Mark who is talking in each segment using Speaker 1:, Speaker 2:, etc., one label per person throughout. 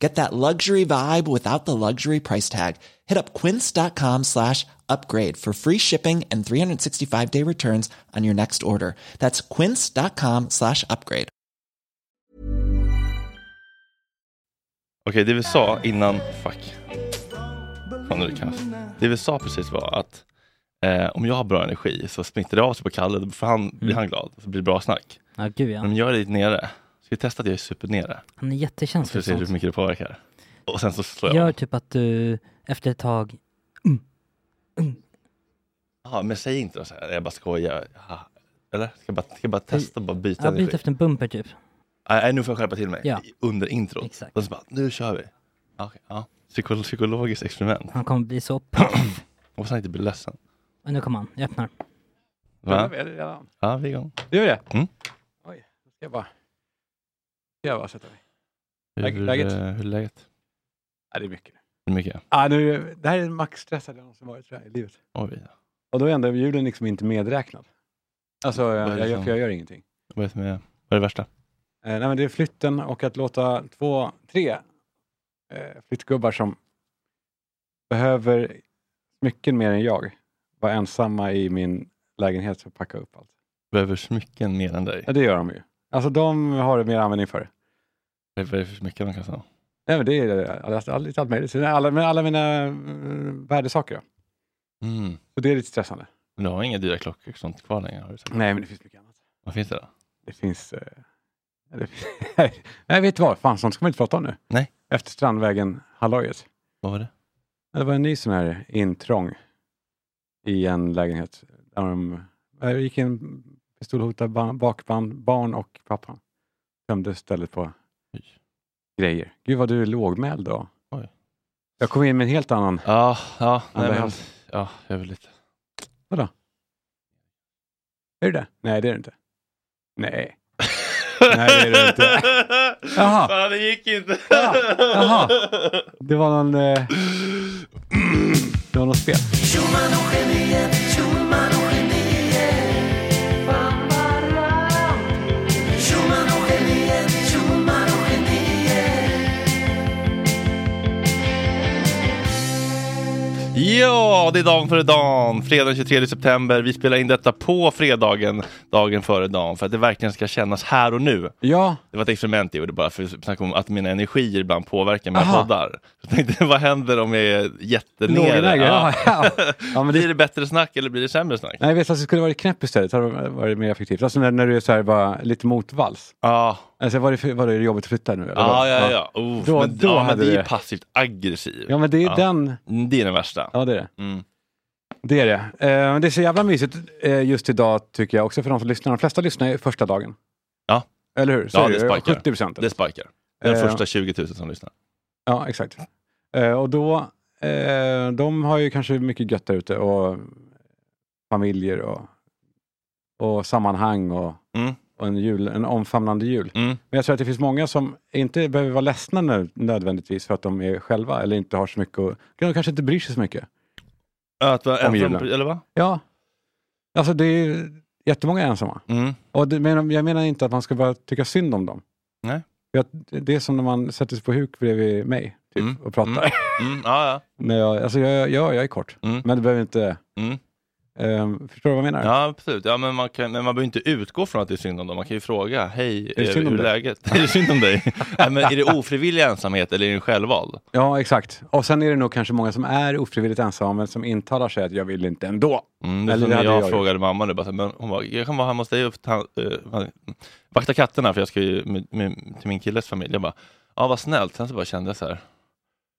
Speaker 1: Get that luxury vibe without the luxury price tag. Hit up quince.com slash upgrade for free shipping and 365 day returns on your next order. That's quince.com slash upgrade.
Speaker 2: Okej, det vi sa innan, fuck. Fan, det, kan. det vi sa precis var att eh, om jag har bra energi så smittar det av sig på Kalle, då får han, blir han glad, så blir det bra snack.
Speaker 3: Ja gud Mm. ja.
Speaker 2: Men om jag är lite nere, ska vi testa att jag är supernere?
Speaker 3: Han
Speaker 2: Så
Speaker 3: är
Speaker 2: vi
Speaker 3: jättekänslig.
Speaker 2: ser
Speaker 3: för
Speaker 2: hur
Speaker 3: sånt.
Speaker 2: mycket det påverkar. Och sen så slår jag.
Speaker 3: Gör typ att du efter ett tag,
Speaker 2: Ja, Ah, men säg inte då så här, jag bara skojar. Ja. Eller? Ska jag bara, ska jag bara testa, bara byta
Speaker 3: ja,
Speaker 2: energi?
Speaker 3: byt efter en bumper typ.
Speaker 2: Nej, nej, nu får jag skärpa till mig.
Speaker 3: Ja.
Speaker 2: Under intro.
Speaker 3: Exakt.
Speaker 2: Och så bara, nu kör vi. Ja, Okej, ja. Psyko- psykologiskt experiment.
Speaker 3: Han kommer bli så paff.
Speaker 2: Och sen inte bli ledsen.
Speaker 3: Och nu kommer han, jag öppnar.
Speaker 2: Va?
Speaker 4: Är det redan?
Speaker 2: Ja, vi är igång.
Speaker 4: Gör det?
Speaker 2: Mm.
Speaker 4: Oj, då ska jag bara... Ska jag bara sätta mig?
Speaker 2: Hur,
Speaker 4: Läget- läget?
Speaker 2: eh, hur är läget?
Speaker 4: Ja, det är mycket.
Speaker 2: Hur mycket?
Speaker 4: Ja, nu, det här är maxstressad jag någonsin varit tror jag, i livet.
Speaker 2: Oj,
Speaker 4: Och då är ändå julen liksom inte medräknad. Alltså,
Speaker 2: är
Speaker 4: jag,
Speaker 2: det
Speaker 4: jag, gör-
Speaker 2: som-
Speaker 4: för jag gör ingenting.
Speaker 2: vad är det, som är, vad är det värsta?
Speaker 4: Eh, nej, men det är flytten och att låta två, tre eh, flyttgubbar som behöver smycken mer än jag vara ensamma i min lägenhet för att packa upp allt.
Speaker 2: Behöver smycken mer än dig?
Speaker 4: Ja, det gör de ju. Alltså de har det mer användning för.
Speaker 2: Vad är det för smycken de kan säga?
Speaker 4: Nej, men det är alltså, all- lite allt möjligt. Så det är Alla, men alla mina eh, värdesaker. Då.
Speaker 2: Mm.
Speaker 4: Så det är lite stressande.
Speaker 2: Men du har inga dyra klockor och sånt kvar längre? Har du sagt.
Speaker 4: Nej, men det finns mycket annat.
Speaker 2: Vad finns det då?
Speaker 4: Det finns... Eh, det finns nej, vet du vad? Fan, sånt ska man inte prata om nu.
Speaker 2: Nej.
Speaker 4: Efter Strandvägen, halvåret.
Speaker 2: Vad var det?
Speaker 4: Ja, Det var en ny sån här intrång i en lägenhet. Där de, där gick en pistolhotad ba- bakband, barn och pappan. Tömde stället på
Speaker 2: Oj.
Speaker 4: grejer. Gud vad du är lågmäld då.
Speaker 2: Oj.
Speaker 4: Jag kom in med en helt annan.
Speaker 2: Ja, ja, nej,
Speaker 4: Andra
Speaker 2: men,
Speaker 4: hand.
Speaker 2: ja, jag vill lite.
Speaker 4: Är du det? Nej, det är du inte. Nej. Nej, det är det inte. Jaha.
Speaker 2: Fan, det gick inte.
Speaker 4: Ja, jaha. Det var någon... Eh, det var något spel.
Speaker 2: Ja, det är dagen före dagen. Fredag den 23 september. Vi spelar in detta på fredagen, dagen före dagen, för att det verkligen ska kännas här och nu.
Speaker 4: Ja,
Speaker 2: Det var ett experiment jag gjorde bara för att snacka om att mina energier ibland påverkar mina
Speaker 4: Aha.
Speaker 2: poddar. Jag tänkte, vad händer om jag är jättenere?
Speaker 4: lågläge. Ja. Ja. Ja, men det,
Speaker 2: Blir det bättre snack eller blir det sämre snack?
Speaker 4: Nej, jag vet att det skulle varit knäpp istället. Det hade varit mer effektivt. Alltså när, när du är så här, bara lite motvalls.
Speaker 2: Ja,
Speaker 4: Alltså, var, det, för- var det jobbigt att flytta nu? eller
Speaker 2: ja,
Speaker 4: vad?
Speaker 2: ja. ja. Oh,
Speaker 4: Då-
Speaker 2: men,
Speaker 4: då
Speaker 2: ja, men
Speaker 4: hade
Speaker 2: det är
Speaker 4: det-
Speaker 2: passivt aggressiv.
Speaker 4: Ja, men det är
Speaker 2: Ja.
Speaker 4: den...
Speaker 2: Mm, Det är den värsta.
Speaker 4: Ja, det är det.
Speaker 2: Mm.
Speaker 4: Det är det. Eh, men det är så jävla mysigt eh, just idag tycker jag också för de som lyssnar. De flesta lyssnar ju första dagen.
Speaker 2: Ja.
Speaker 4: Eller hur? Så
Speaker 2: Ja,
Speaker 4: är
Speaker 2: det sparkar.
Speaker 4: 70 procent.
Speaker 2: Det sparkar. Den
Speaker 4: Eh.
Speaker 2: första 20 000 som lyssnar.
Speaker 4: Ja, exakt. Eh, och då, eh, de har ju kanske mycket gött där ute och familjer och, och sammanhang och,
Speaker 2: Mm.
Speaker 4: och en, jul, en omfamnande jul.
Speaker 2: Mm.
Speaker 4: Men jag tror att det finns många som inte behöver vara ledsna nu, nödvändigtvis för att de är själva eller inte har så mycket och, de kanske inte bryr sig så mycket.
Speaker 2: Att vara
Speaker 4: Om
Speaker 2: ensam,
Speaker 4: julen.
Speaker 2: eller va?
Speaker 4: Ja, alltså det är ju jättemånga ensamma.
Speaker 2: Mm.
Speaker 4: Och det, men jag menar inte att man ska bara tycka synd om dem.
Speaker 2: Nej.
Speaker 4: För att det är som när man sätter sig på huk bredvid mig typ,
Speaker 2: Mm.
Speaker 4: och pratar.
Speaker 2: Mm. Ja, ja.
Speaker 4: Nej, jag, alltså jag, jag, jag är kort,
Speaker 2: Mm.
Speaker 4: men det behöver inte...
Speaker 2: Mm.
Speaker 4: Ehm, förstår du vad jag menar?
Speaker 2: Ja, absolut. Ja, men, man kan, men man behöver inte utgå från att det är synd om dem. Man kan ju fråga, hej,
Speaker 4: det
Speaker 2: eh,
Speaker 4: synd om
Speaker 2: hur är
Speaker 4: dig?
Speaker 2: läget? Är det synd om dig? Nej, men är det ofrivillig ensamhet eller är det självvald?
Speaker 4: Ja, exakt. Och sen är det nog kanske många som är ofrivilligt ensamma men som intalar sig att jag vill inte ändå.
Speaker 2: Mm, det är
Speaker 4: Eller
Speaker 2: som
Speaker 4: det
Speaker 2: när
Speaker 4: hade
Speaker 2: jag,
Speaker 4: jag
Speaker 2: frågade mamma nu, bara, så här, men hon bara, jag kan vara hemma hos dig och ta, eh, vakta katterna för jag ska ju med, med, till min killes familj. Jag bara, ja vad snällt. Sen så bara kände jag så här,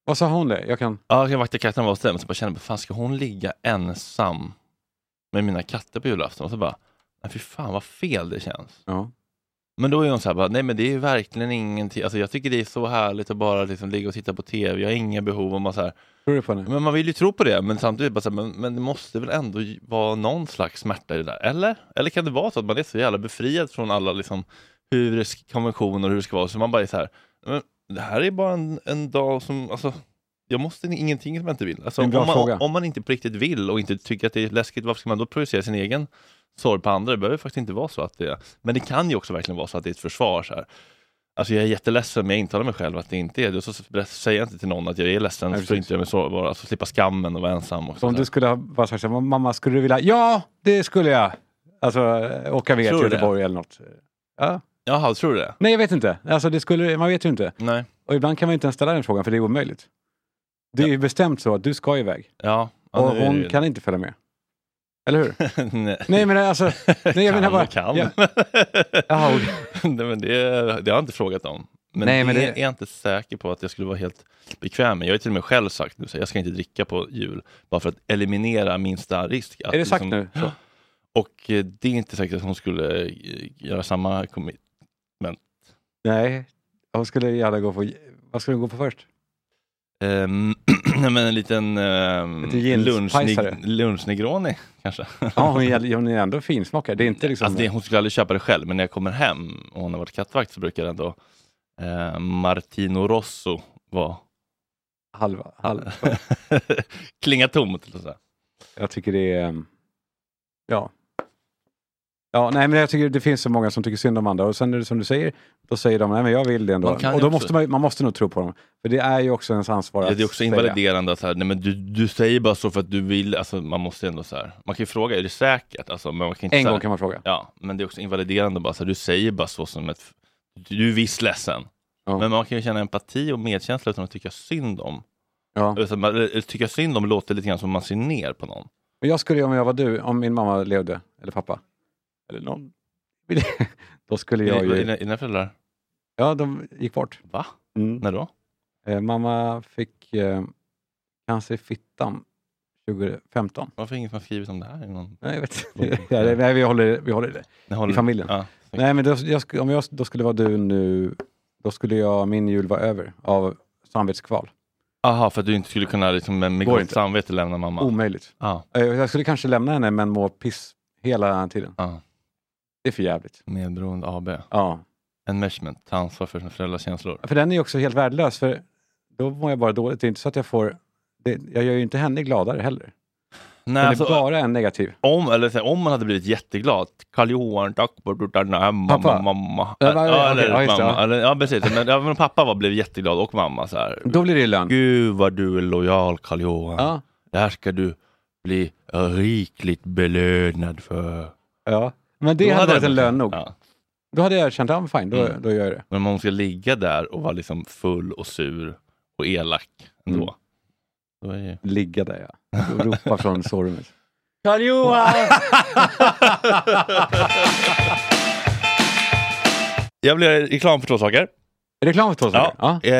Speaker 4: Vad sa hon det? Jag kan...
Speaker 2: ja jag kan vakta katterna var hos dig. Men så bara kände jag, fan ska hon ligga ensam med mina katter på julafton? Och så bara, nej fy fan vad fel det känns.
Speaker 4: Ja.
Speaker 2: Men då är hon så här, bara, nej men det är ju verkligen ingenting. Alltså jag tycker det är så härligt att bara liksom ligga och titta på tv. Jag har inga behov. Och man, så här,
Speaker 4: Tror du på det?
Speaker 2: men man vill ju tro på det, men samtidigt bara så här, men, men det måste väl ändå ju- vara någon slags smärta i det där? Eller? Eller kan det vara så att man är så jävla befriad från alla liksom, hur det ska- konventioner och hur det ska vara, så man bara är så här, men det här är bara en, en dag som, alltså, jag måste ingenting som jag inte vill. Alltså,
Speaker 4: Det är en
Speaker 2: om,
Speaker 4: bra
Speaker 2: man,
Speaker 4: fråga.
Speaker 2: om man inte på riktigt vill och inte tycker att det är läskigt, varför ska man då projicera sin egen sorg på andra? Det behöver faktiskt inte vara så att det är, men det kan ju också verkligen vara så att det är ett försvar. Så här. Alltså jag är jätteledsen men jag intalar mig själv att det inte är det. Och så berätt- säger jag inte till någon att jag är ledsen,
Speaker 4: Nej,
Speaker 2: så
Speaker 4: precis.
Speaker 2: får inte jag mig sårbar. Alltså slippa skammen och vara ensam. Och
Speaker 4: Så om
Speaker 2: sådär.
Speaker 4: du skulle ha bara sagt så här, mamma skulle du vilja? Ja, det skulle jag! Alltså eh, åka iväg
Speaker 2: Tror
Speaker 4: till
Speaker 2: du det?
Speaker 4: Göteborg eller något. Ja.
Speaker 2: Jaha, tror du det?
Speaker 4: Nej, jag vet inte. Alltså, det skulle, man vet ju inte.
Speaker 2: Nej.
Speaker 4: Och ibland kan man ju inte ens ställa den frågan för det är omöjligt. Det är ju bestämt så att du ska iväg
Speaker 2: Ja. ja,
Speaker 4: och
Speaker 2: nu är det
Speaker 4: hon
Speaker 2: ju-
Speaker 4: kan inte följa med. Eller hur?
Speaker 2: Nej.
Speaker 4: Nej men alltså, nej, jag menar
Speaker 2: kan
Speaker 4: bara...
Speaker 2: och kan.
Speaker 4: Ja, Jaha, okej.
Speaker 2: Nej, men det, det har jag inte frågat om. Men,
Speaker 4: Nej,
Speaker 2: det,
Speaker 4: men det-
Speaker 2: är jag inte säker på att jag skulle vara helt bekväm med. Jag har ju till och med själv sagt nu, så jag ska inte dricka på jul, bara för att eliminera minsta risk. Att
Speaker 4: är det sagt
Speaker 2: liksom-
Speaker 4: nu? Så.
Speaker 2: Och eh, det är inte säkert att hon skulle eh, göra samma commit.
Speaker 4: Nej, hon skulle gärna gå på... Vad skulle hon gå på först?
Speaker 2: Ehm, nej, men en liten um,
Speaker 4: Lite gins- pajsare.
Speaker 2: lunchnegroni kanske.
Speaker 4: Ja, hon, är, hon är ändå finsmakare. Det är inte liksom...
Speaker 2: Alltså, det, hon skulle aldrig köpa det själv, men när jag kommer hem och hon har varit kattvakt så brukar det ändå eh, Martino Rosso vara
Speaker 4: halva, halva.
Speaker 2: klinga tomt. eller så.
Speaker 4: Jag tycker det är... ehm, Ja. Ja, nej men jag tycker det finns så många som tycker synd om andra och sen är det som du säger, då säger de nej men jag vill det ändå.
Speaker 2: Man kan ju
Speaker 4: Och då
Speaker 2: också-
Speaker 4: måste man, ju- man måste nog tro på dem. För det är ju också ens ansvar
Speaker 2: Ja,
Speaker 4: att
Speaker 2: det är också
Speaker 4: säga.
Speaker 2: invaliderande att så här, nej, men du, du säger bara så för att du vill. Alltså, man måste ändå så här, man kan ju fråga, är det säkert? Alltså, men man kan inte
Speaker 4: En
Speaker 2: så här,
Speaker 4: gång kan man fråga.
Speaker 2: Ja, men det är också invaliderande. Bara, så här, du säger bara så som ett... Du är visst ledsen.
Speaker 4: Ja.
Speaker 2: Men man kan ju känna empati och medkänsla utan att tycka synd om.
Speaker 4: Ja.
Speaker 2: Utan man- eller Tycka synd om låter lite grann som man ser ner på någon.
Speaker 4: Men jag skulle ju om jag var du, om min mamma levde, eller pappa, eller någon, då skulle jag
Speaker 2: Är det- är
Speaker 4: ju...
Speaker 2: det- är dina föräldrar...
Speaker 4: Ja, de gick bort.
Speaker 2: Va?
Speaker 4: Mm.
Speaker 2: När då?
Speaker 4: Eh, mamma fick eh, cancer i fittan 2015.
Speaker 2: Varför har ingen som har skrivit om det här? i Någon...
Speaker 4: Nej, jag vet inte. ja, det- nej, vi håller, vi håller det.
Speaker 2: Ni håller-
Speaker 4: I familjen.
Speaker 2: Ja, snyggt.
Speaker 4: Nej, men då, jag, sk- om jag då skulle vara du nu, då skulle jag, min jul vara över av samvetskval.
Speaker 2: Aha, för att du inte skulle kunna liksom, med med
Speaker 4: Går
Speaker 2: gott
Speaker 4: inte.
Speaker 2: samvete lämna mamma?
Speaker 4: Omöjligt.
Speaker 2: Ja,
Speaker 4: Eh, jag skulle kanske lämna henne, men må piss hela tiden.
Speaker 2: ja.
Speaker 4: Det är för jävligt.
Speaker 2: Medberoende AB.
Speaker 4: Ja.
Speaker 2: Enmeshment. Ta ansvar för sina föräldrars känslor.
Speaker 4: För den är ju också helt värdelös, för då mår jag bara dåligt. Det är inte så att jag får... Det, jag gör ju inte henne gladare heller.
Speaker 2: Nej,
Speaker 4: Den
Speaker 2: alltså,
Speaker 4: är bara en negativ.
Speaker 2: om, eller, så här, om man hade blivit jätteglad. Karl Johan, tack för att du stannar hemma.
Speaker 4: Pappa.
Speaker 2: Mamma.
Speaker 4: Ja, va-
Speaker 2: Ja, eller
Speaker 4: okej, ja, just det,
Speaker 2: mamma.
Speaker 4: ja.
Speaker 2: Eller, ja, precis. Men, ja, men pappa var, blev jätteglad och mamma. Så här.
Speaker 4: Då blir det ju lön.
Speaker 2: Gud vad du är lojal Karl Johan.
Speaker 4: Ja,
Speaker 2: Det här ska du bli rikligt belönad för.
Speaker 4: ja. Men det
Speaker 2: Då
Speaker 4: hade varit
Speaker 2: jag-
Speaker 4: en lön nog.
Speaker 2: Ja.
Speaker 4: Då hade jag känt, ja men fine, då,
Speaker 2: Mm.
Speaker 4: då gör jag det.
Speaker 2: Men om hon ska ligga där och vara liksom full och sur och elak ändå.
Speaker 4: Mm.
Speaker 2: Då är det ju...
Speaker 4: Ligga där ja. Och ropa från sovrummet.
Speaker 2: Karl Johan! Jag vill göra reklam för två saker.
Speaker 4: Är det reklam för två saker? Ja.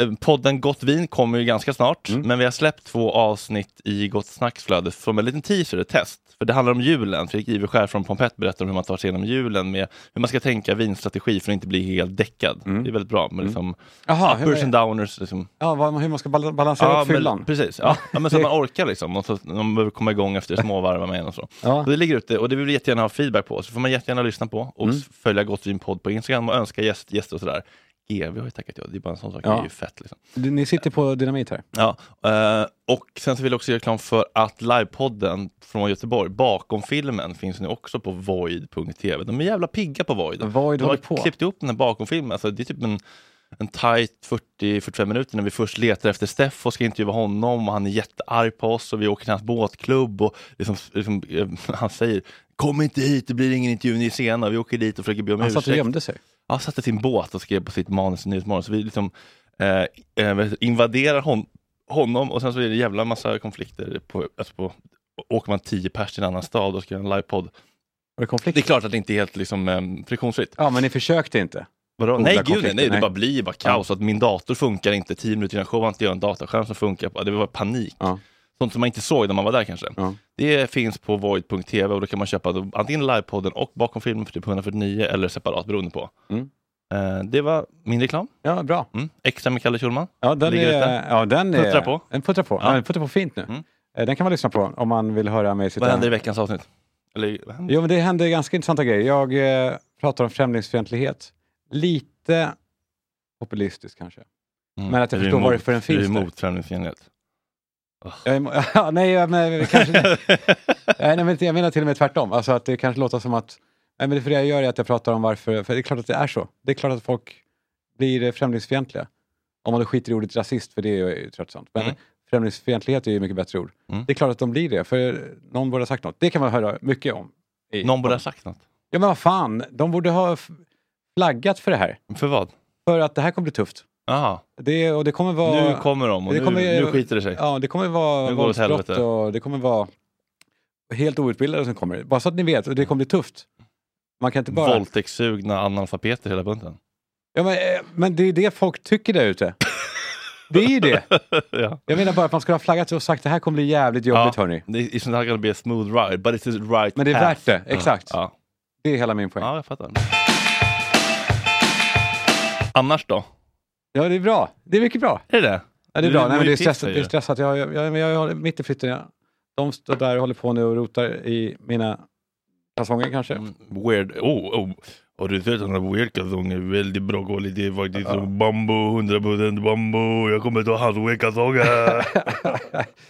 Speaker 2: Eh, podden Gott Vin kommer ju ganska snart,
Speaker 4: Mm.
Speaker 2: men vi har släppt två avsnitt i Gott Snacksflödet som en liten teaser, ett test. För det handlar om julen. Fredrik Iverskär från Pompett berättar om hur man tar sig igenom julen med hur man ska tänka vinstrategi för att inte bli helt däckad.
Speaker 4: Mm.
Speaker 2: Det är väldigt bra med liksom
Speaker 4: Jaha, hur,
Speaker 2: uppers and
Speaker 4: man-
Speaker 2: downers. Liksom.
Speaker 4: ja, vad- hur man ska bal- balansera upp fyllan.
Speaker 2: men, precis. Ja. Ja, men så att man orkar liksom. Och så att man behöver komma igång efter småvarva med en och så.
Speaker 4: Ja.
Speaker 2: Och det ligger ute och det vill vi jättegärna ha feedback på. Så får man jättegärna lyssna på och
Speaker 4: Mm.
Speaker 2: s- följa Gott Vin podd på Instagram och önska gäst, gäster och sådär. GV har ju tackat ja, det är bara en sån sak.
Speaker 4: Ja.
Speaker 2: Det är ju fett liksom.
Speaker 4: Du- Ni sitter på dynamit här.
Speaker 2: Ja, eh, och sen så vill jag också göra reklam för att livepodden från Göteborg, bakom filmen, finns nu också på void.tv. De är jävla pigga på void.
Speaker 4: Void
Speaker 2: de har
Speaker 4: håller på.
Speaker 2: klippt ihop den här bakom filmen, alltså det är typ en en tight 40-45 minuter när vi först letar efter Steff och ska intervjua honom och han är jättearg på oss och vi åker till hans båtklubb och liksom, liksom, eh, han säger Kom inte hit, det blir ingen intervju, ni är sena. Vi åker dit och försöker be om
Speaker 4: Han
Speaker 2: ursäkt.
Speaker 4: satt och gömde sig.
Speaker 2: Han satte sin båt och skrev på sitt manus i Nyhetsmorgon. Så vi liksom eh, eh, vad heter det, invaderar hon, honom och sen så är det en jävla massa konflikter. På, alltså på, åker man tio pers till en annan stad och ska göra en livepodd.
Speaker 4: Var det konflikt?
Speaker 2: Det är klart att det inte är helt liksom, eh, friktionsfritt.
Speaker 4: Ja, men ni försökte inte.
Speaker 2: Vadå? Nej, gud, nej,
Speaker 4: konflikter,
Speaker 2: nej, det
Speaker 4: nej.
Speaker 2: bara blir bara kaos. Att min dator funkar inte, tio minuter innan showen har inte jag en dataskärm som funkar. Det var panik.
Speaker 4: Ja.
Speaker 2: Sånt som man inte såg när man var där kanske.
Speaker 4: Ja.
Speaker 2: Det finns på void.tv och då kan man köpa då antingen livepodden och bakom filmen för typ 149 eller separat beroende på.
Speaker 4: Mm.
Speaker 2: Eh, det var min reklam.
Speaker 4: Ja, bra.
Speaker 2: Mm. Extra med Kalle Schulman.
Speaker 4: Ja, den
Speaker 2: Ligger
Speaker 4: är... Ja, den är
Speaker 2: Puttra på.
Speaker 4: Den puttrar på.
Speaker 2: Ja.
Speaker 4: Ja. den puttrar på fint nu.
Speaker 2: Mm.
Speaker 4: Eh, Den kan man lyssna på om man vill höra mig sitta...
Speaker 2: Vad händer i veckans avsnitt? Eller, vad händer?
Speaker 4: Jo, men det händer ganska intressanta grejer. Jag eh, pratar om främlingsfientlighet. Lite populistiskt kanske.
Speaker 2: Mm.
Speaker 4: men att jag
Speaker 2: Är du
Speaker 4: förstår
Speaker 2: emot-
Speaker 4: varför den finns
Speaker 2: Är du
Speaker 4: där?
Speaker 2: emot främlingsfientlighet?
Speaker 4: Jag är, emo- ja, nej, jag, men, kanske, nej, nej, men jag menar till och med tvärtom. Alltså att det kanske låter som att... Nej, men det, för det jag gör är att jag pratar om varför... För det är klart att det är så. Det är klart att folk blir eh, främlingsfientliga. Om man då skiter i ordet rasist, för det är ju tröttsamt. Men
Speaker 2: Mm.
Speaker 4: främlingsfientlighet är ju ett mycket bättre ord.
Speaker 2: Mm.
Speaker 4: Det är klart att de blir det, för någon borde ha sagt något. Det kan man höra mycket om. i-
Speaker 2: Någon borde ha sagt något.
Speaker 4: Ja, men vad fan. De borde ha f- flaggat för det här.
Speaker 2: För vad?
Speaker 4: För att det här kommer bli tufft.
Speaker 2: Aha.
Speaker 4: Det, och det kommer vara...
Speaker 2: Nu kommer de och
Speaker 4: det
Speaker 2: nu,
Speaker 4: kommer-
Speaker 2: nu skiter det sig.
Speaker 4: Ja, det kommer vara
Speaker 2: Nu går det åt
Speaker 4: våldsbrott
Speaker 2: helvete.
Speaker 4: och det kommer vara helt outbildade som kommer. Bara så att ni vet, och det kommer bli tufft. Man kan inte bara...
Speaker 2: Våldtäktssugna analfabeter hela bunten.
Speaker 4: Ja, men, eh, men det är det folk tycker där ute. Det är ju det.
Speaker 2: ja.
Speaker 4: Jag menar bara att man skulle ha flaggat och sagt det här kommer bli jävligt jobbigt
Speaker 2: Ja.
Speaker 4: hörni.
Speaker 2: Det- It's not gonna be a smooth ride, but it's the right
Speaker 4: Men det är
Speaker 2: path.
Speaker 4: värt det, exakt.
Speaker 2: Ja.
Speaker 4: Det är hela min poäng.
Speaker 2: ja, jag fattar. Annars då?
Speaker 4: Ja, det är bra. Det är mycket bra.
Speaker 2: Är det det?
Speaker 4: Ja, det är
Speaker 2: Du
Speaker 4: bra. Nej,
Speaker 2: mår
Speaker 4: men
Speaker 2: ju
Speaker 4: det är
Speaker 2: piss
Speaker 4: stressat.
Speaker 2: här
Speaker 4: Det är
Speaker 2: ju.
Speaker 4: stressat. Jag, jag, jag, jag, jag, mitt i flytten, jag, de står där och håller på nu och rotar i mina kalsonger kanske.
Speaker 2: Mm, Weird. Oh, oh. Har du sett sådana weird kalsonger? Väldigt bra kvalitet faktiskt. Ja. Bambu, 100% bambu. Jag kommer ta hans weird kalsonger.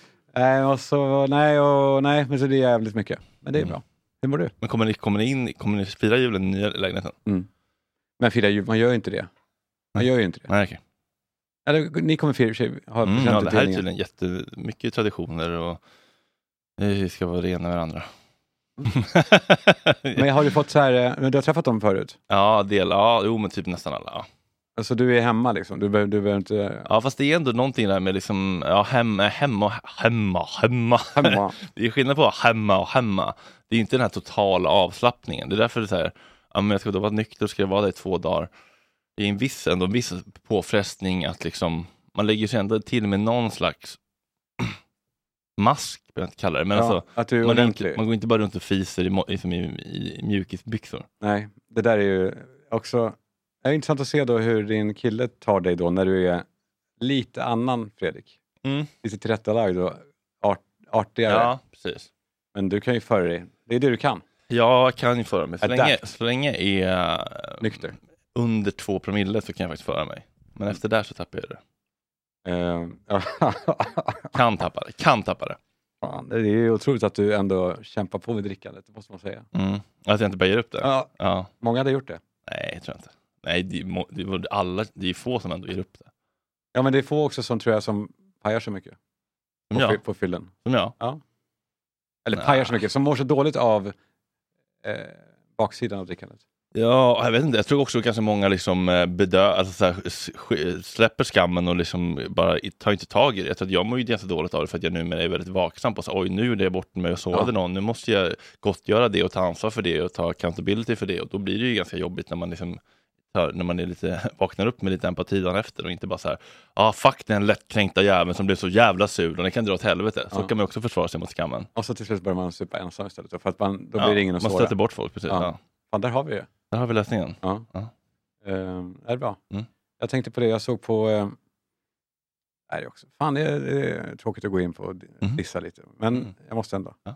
Speaker 4: Nej, och så, nej, och, nej, men så det är jävligt mycket. Men det är
Speaker 2: Mm.
Speaker 4: bra. Hur mår du?
Speaker 2: Men kommer ni, kommer, ni in, kommer ni fira julen i nya lägenheten?
Speaker 4: Men fira jul, man gör ju inte det. Man gör ju inte det.
Speaker 2: Nej, okej.
Speaker 4: Eller, ni kommer fira i och för sig, ha
Speaker 2: Mm, ja, det här är
Speaker 4: presentutdelningen.
Speaker 2: tydligen jättemycket traditioner och vi ska vara rena med varandra.
Speaker 4: men har du fått så här, eh, men du har träffat dem förut?
Speaker 2: ja, del, ja, jo men typ nästan alla. Ja.
Speaker 4: Alltså du är hemma liksom, du behöver, du behöver inte...
Speaker 2: ja, fast det är ändå någonting där med liksom, ja, hem, hem och hemma, hemma.
Speaker 4: Hemma.
Speaker 2: Det är skillnad på hemma och hemma. Det är inte den här totala avslappningen. Det är därför det är så här, ja, men jag ska då vara nykter och ska jag vara där i två dagar. Det är en viss, ändå, en viss påfrestning att liksom, man lägger sig ändå till med någon slags mask, behöver jag inte kalla det. Men
Speaker 4: ja,
Speaker 2: alltså,
Speaker 4: att du är
Speaker 2: man, är
Speaker 4: ordentlig.
Speaker 2: inte, man går inte bara runt och fiser i, mo- liksom i, i mjukisbyxor.
Speaker 4: Nej, det där är ju också... Det är intressant att se då hur din kille tar dig då när du är lite annan Fredrik.
Speaker 2: Mm.
Speaker 4: Lite tillrättalagd och art, artigare.
Speaker 2: Ja, Mm. precis.
Speaker 4: Men du kan ju föra dig, det är det du kan,
Speaker 2: Jag kan ju föra mig. Så
Speaker 4: Adapt.
Speaker 2: länge, så länge jag är eh,
Speaker 4: nykter.
Speaker 2: under två promille så kan jag faktiskt föra mig. Men efter där så tappar jag det.
Speaker 4: Eh,
Speaker 2: Kan tappa det. Kan tappa det.
Speaker 4: Fan, det är ju otroligt att du ändå kämpar på med drickandet, det måste man säga.
Speaker 2: Mm. Att jag inte bara ger upp det.
Speaker 4: Ja,
Speaker 2: Ja.
Speaker 4: många hade gjort det.
Speaker 2: Nej, jag tror jag inte. Nej, det är, må- det är, alla, det är få som ändå ger upp det.
Speaker 4: Ja, men det är få också som tror jag som pajar så mycket
Speaker 2: Som
Speaker 4: på,
Speaker 2: jag.
Speaker 4: fy- på fyllen.
Speaker 2: Som jag.
Speaker 4: Eller
Speaker 2: Nej.
Speaker 4: pajar så mycket, som mår så dåligt av eh, baksidan av drickandet.
Speaker 2: Ja, jag vet inte. Jag tror också kanske många liksom eh, bedö, alltså så här, s- sk- släpper skammen och liksom bara i- tar inte tag i det. Jag, tror att jag mår ju ganska dåligt av det för att jag numera är väldigt vaksam på så oj nu gjorde jag bort mig och sårade
Speaker 4: Ja.
Speaker 2: någon. Nu måste jag gottgöra det och ta ansvar för det och ta accountability för det. Och då blir det ju ganska jobbigt när man liksom tar- när man är lite, vaknar upp med lite empati dagen efter och inte bara så här, ja ah, fuck den lättkränkta jäveln som blev så jävla sur och den kan dra åt helvete. Så
Speaker 4: Ja.
Speaker 2: kan man ju också försvara sig mot skammen.
Speaker 4: Och så till slut börjar man supa ensam istället, då, för att man, då
Speaker 2: Ja,
Speaker 4: blir det ingen att
Speaker 2: man
Speaker 4: såra.
Speaker 2: stöter bort folk, precis. Ja.
Speaker 4: Ja. Fan, där har vi det.
Speaker 2: Där har vi lösningen.
Speaker 4: Ja.
Speaker 2: Ja.
Speaker 4: Ehm, är det bra?
Speaker 2: Mm.
Speaker 4: Jag tänkte på det, jag såg på... Eh, är det också. Fan, det är, det är tråkigt att gå in på och di-
Speaker 2: Mhm.
Speaker 4: dissa lite, men
Speaker 2: Mm.
Speaker 4: jag måste ändå.
Speaker 2: Ja.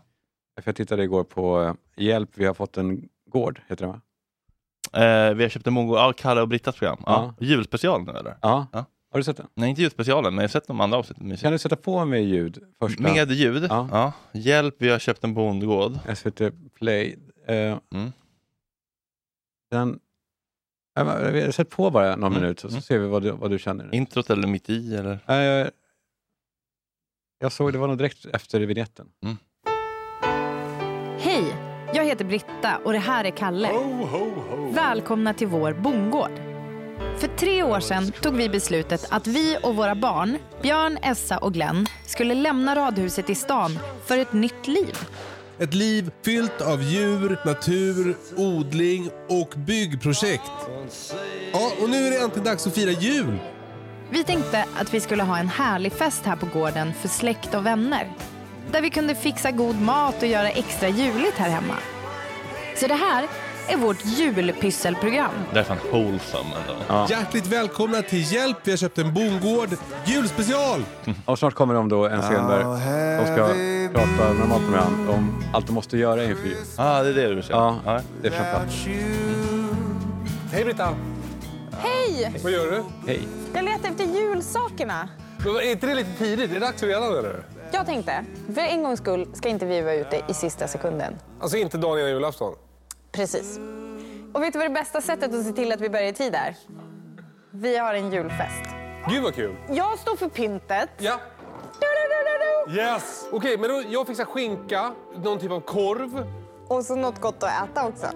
Speaker 4: För jag tittade igår på eh, Hjälp, vi har fått en gård, heter det va?
Speaker 2: Eh, vi har köpt en mongo, ja, Kalle och Brittas program. Ja. Julspecial nu eller?
Speaker 4: Ja.
Speaker 2: Ja.
Speaker 4: Har du sett den?
Speaker 2: Nej, inte julspecialen, men jag har sett de andra avsnitten. Mysigt.
Speaker 4: Kan du sätta på med ljud första?
Speaker 2: Med ljud. Ja.
Speaker 4: Ja.
Speaker 2: Hjälp, vi har köpt en bondgård.
Speaker 4: SVT Play. Eh,
Speaker 2: Mm.
Speaker 4: Den Ja, men vi- Sätt på bara någon minut så, så ser vi vad du, vad du känner.
Speaker 2: Introt eller mitt i eller?
Speaker 4: Eh, jag såg, det var nog direkt efter vignetten.
Speaker 5: Hej! Jag heter Britta och det här är Kalle. Välkomna till vår bondgård. För tre år sedan tog vi beslutet att vi och våra barn, Björn, Essa och Glenn, skulle lämna radhuset i stan för ett nytt liv.
Speaker 6: Ett liv fyllt av djur, natur, odling och byggprojekt. Ja, och nu är det äntligen dags att fira jul!
Speaker 5: Vi tänkte att vi skulle ha en härlig fest här på gården för släkt och vänner. Där vi kunde fixa god mat och göra extra juligt här hemma. Så det här är vårt julpysselprogram.
Speaker 2: Det är fan wholesome alltså. ändå.
Speaker 6: Hjärtligt välkomna till Hjälp! Vi har köpt en bondgård julspecial!
Speaker 4: Och snart kommer de då en scen där de ska prata normalt med varandra om allt de måste göra inför jul.
Speaker 2: Ah, det är det du vill säga?
Speaker 4: Ja.
Speaker 2: Ja.
Speaker 4: Det är framförallt.
Speaker 6: Hej Britta!
Speaker 7: Hej!
Speaker 6: Vad gör du?
Speaker 4: Hej.
Speaker 7: Jag letar efter julsakerna.
Speaker 6: Men Är inte det lite tidigt? Är det dags redan eller?
Speaker 7: Jag tänkte, för en gångs skull ska inte vi vara ute i sista sekunden.
Speaker 6: Alltså inte dagen innan julafton?
Speaker 7: Precis. Och vet du vad det bästa sättet att se till att vi börjar i tid är? Vi har en julfest.
Speaker 6: Gud vad kul!
Speaker 7: Jag står för pyntet.
Speaker 6: Ja! Yes! Okej, men då, jag fixar skinka, någon typ av korv.
Speaker 7: Och så något gott att äta också.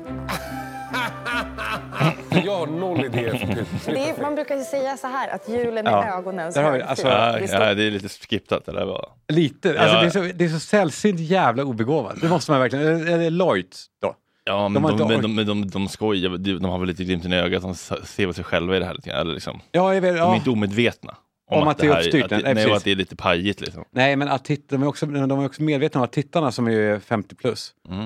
Speaker 6: Jag har noll idéer för pynt.
Speaker 7: Det är, man brukar ju säga så här att julen är
Speaker 4: Ja.
Speaker 7: ögonen
Speaker 4: Där har vi det. Alltså,
Speaker 2: Ja,
Speaker 7: Det står-
Speaker 2: ja, det är lite skiptat det där var.
Speaker 4: Lite. Alltså,
Speaker 2: Ja.
Speaker 4: det, är så, det är så sällsynt jävla obegåvat. Det måste man verkligen... Eller eller lojt då.
Speaker 2: Ja, men
Speaker 4: har
Speaker 2: de,
Speaker 4: inte
Speaker 2: men
Speaker 4: ork-
Speaker 2: de, men de, de, skojar, de, de har väl lite glimten i ögat, de s- ser väl sig själva i det här lite grann. Eller liksom,
Speaker 4: Ja, jag vet,
Speaker 2: De är
Speaker 4: ja.
Speaker 2: inte omedvetna.
Speaker 4: Om att det är
Speaker 2: här-
Speaker 4: uppstyrt,
Speaker 2: att det-
Speaker 4: nej,
Speaker 2: Nej, och
Speaker 4: precis.
Speaker 2: att det är lite pajigt liksom.
Speaker 4: Nej, men att titt, de, är också, de är också medvetna om att tittarna som ju är 50 plus
Speaker 2: Mm.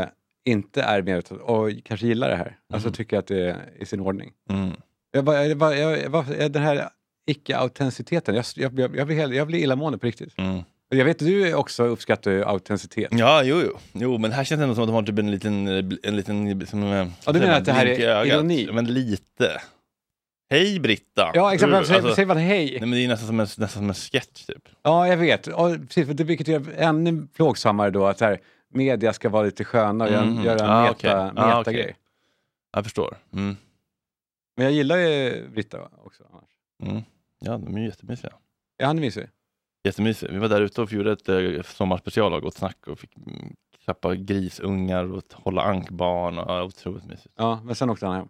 Speaker 4: eh, inte är medvetna och kanske gillar det här. Alltså tycker att det är i sin ordning.
Speaker 2: Mm.
Speaker 4: Jag bara, jag bara, jag, jag bara, den här icke-autenticiteten, jag, jag, jag, blir, hel- jag blir illamående på riktigt.
Speaker 2: Mm.
Speaker 4: Jag vet att du också uppskattar ju autenticitet.
Speaker 2: Ja, jo, jo. jo, men här känns det ändå som att de har typ en liten... eh, bl- En liten som, eh,
Speaker 4: Ja, du menar att det här
Speaker 2: blink i
Speaker 4: är
Speaker 2: ögat.
Speaker 4: ironi?
Speaker 2: Men lite. Hej Britta!
Speaker 4: Ja, exakt.
Speaker 2: Hur-
Speaker 4: Säg,
Speaker 2: alltså,
Speaker 4: säg bara
Speaker 2: nej,
Speaker 4: hej.
Speaker 2: men det är nästan som en, nästan som en sketch typ.
Speaker 4: Ja, jag vet. Ja, precis, för det, vilket gör det ännu plågsammare då att så här, media ska vara lite sköna och göra,
Speaker 2: Mhm.
Speaker 4: göra en
Speaker 2: Ah, okej.
Speaker 4: meta,
Speaker 2: Ah,
Speaker 4: meta-grej.
Speaker 2: okej. Jag förstår. Mm.
Speaker 4: Men jag gillar ju Britta också. annars.
Speaker 2: Mm. Ja, de är ju jättemysiga.
Speaker 4: Ja, han är mysig.
Speaker 2: Jättemysigt. Vi var där ute och gjorde ett eh, sommarspecial av Gott Snack och fick mm, klappa grisungar och hålla ankbarn. Och, ja, otroligt mysigt.
Speaker 4: Ja, men sen åkte han hem.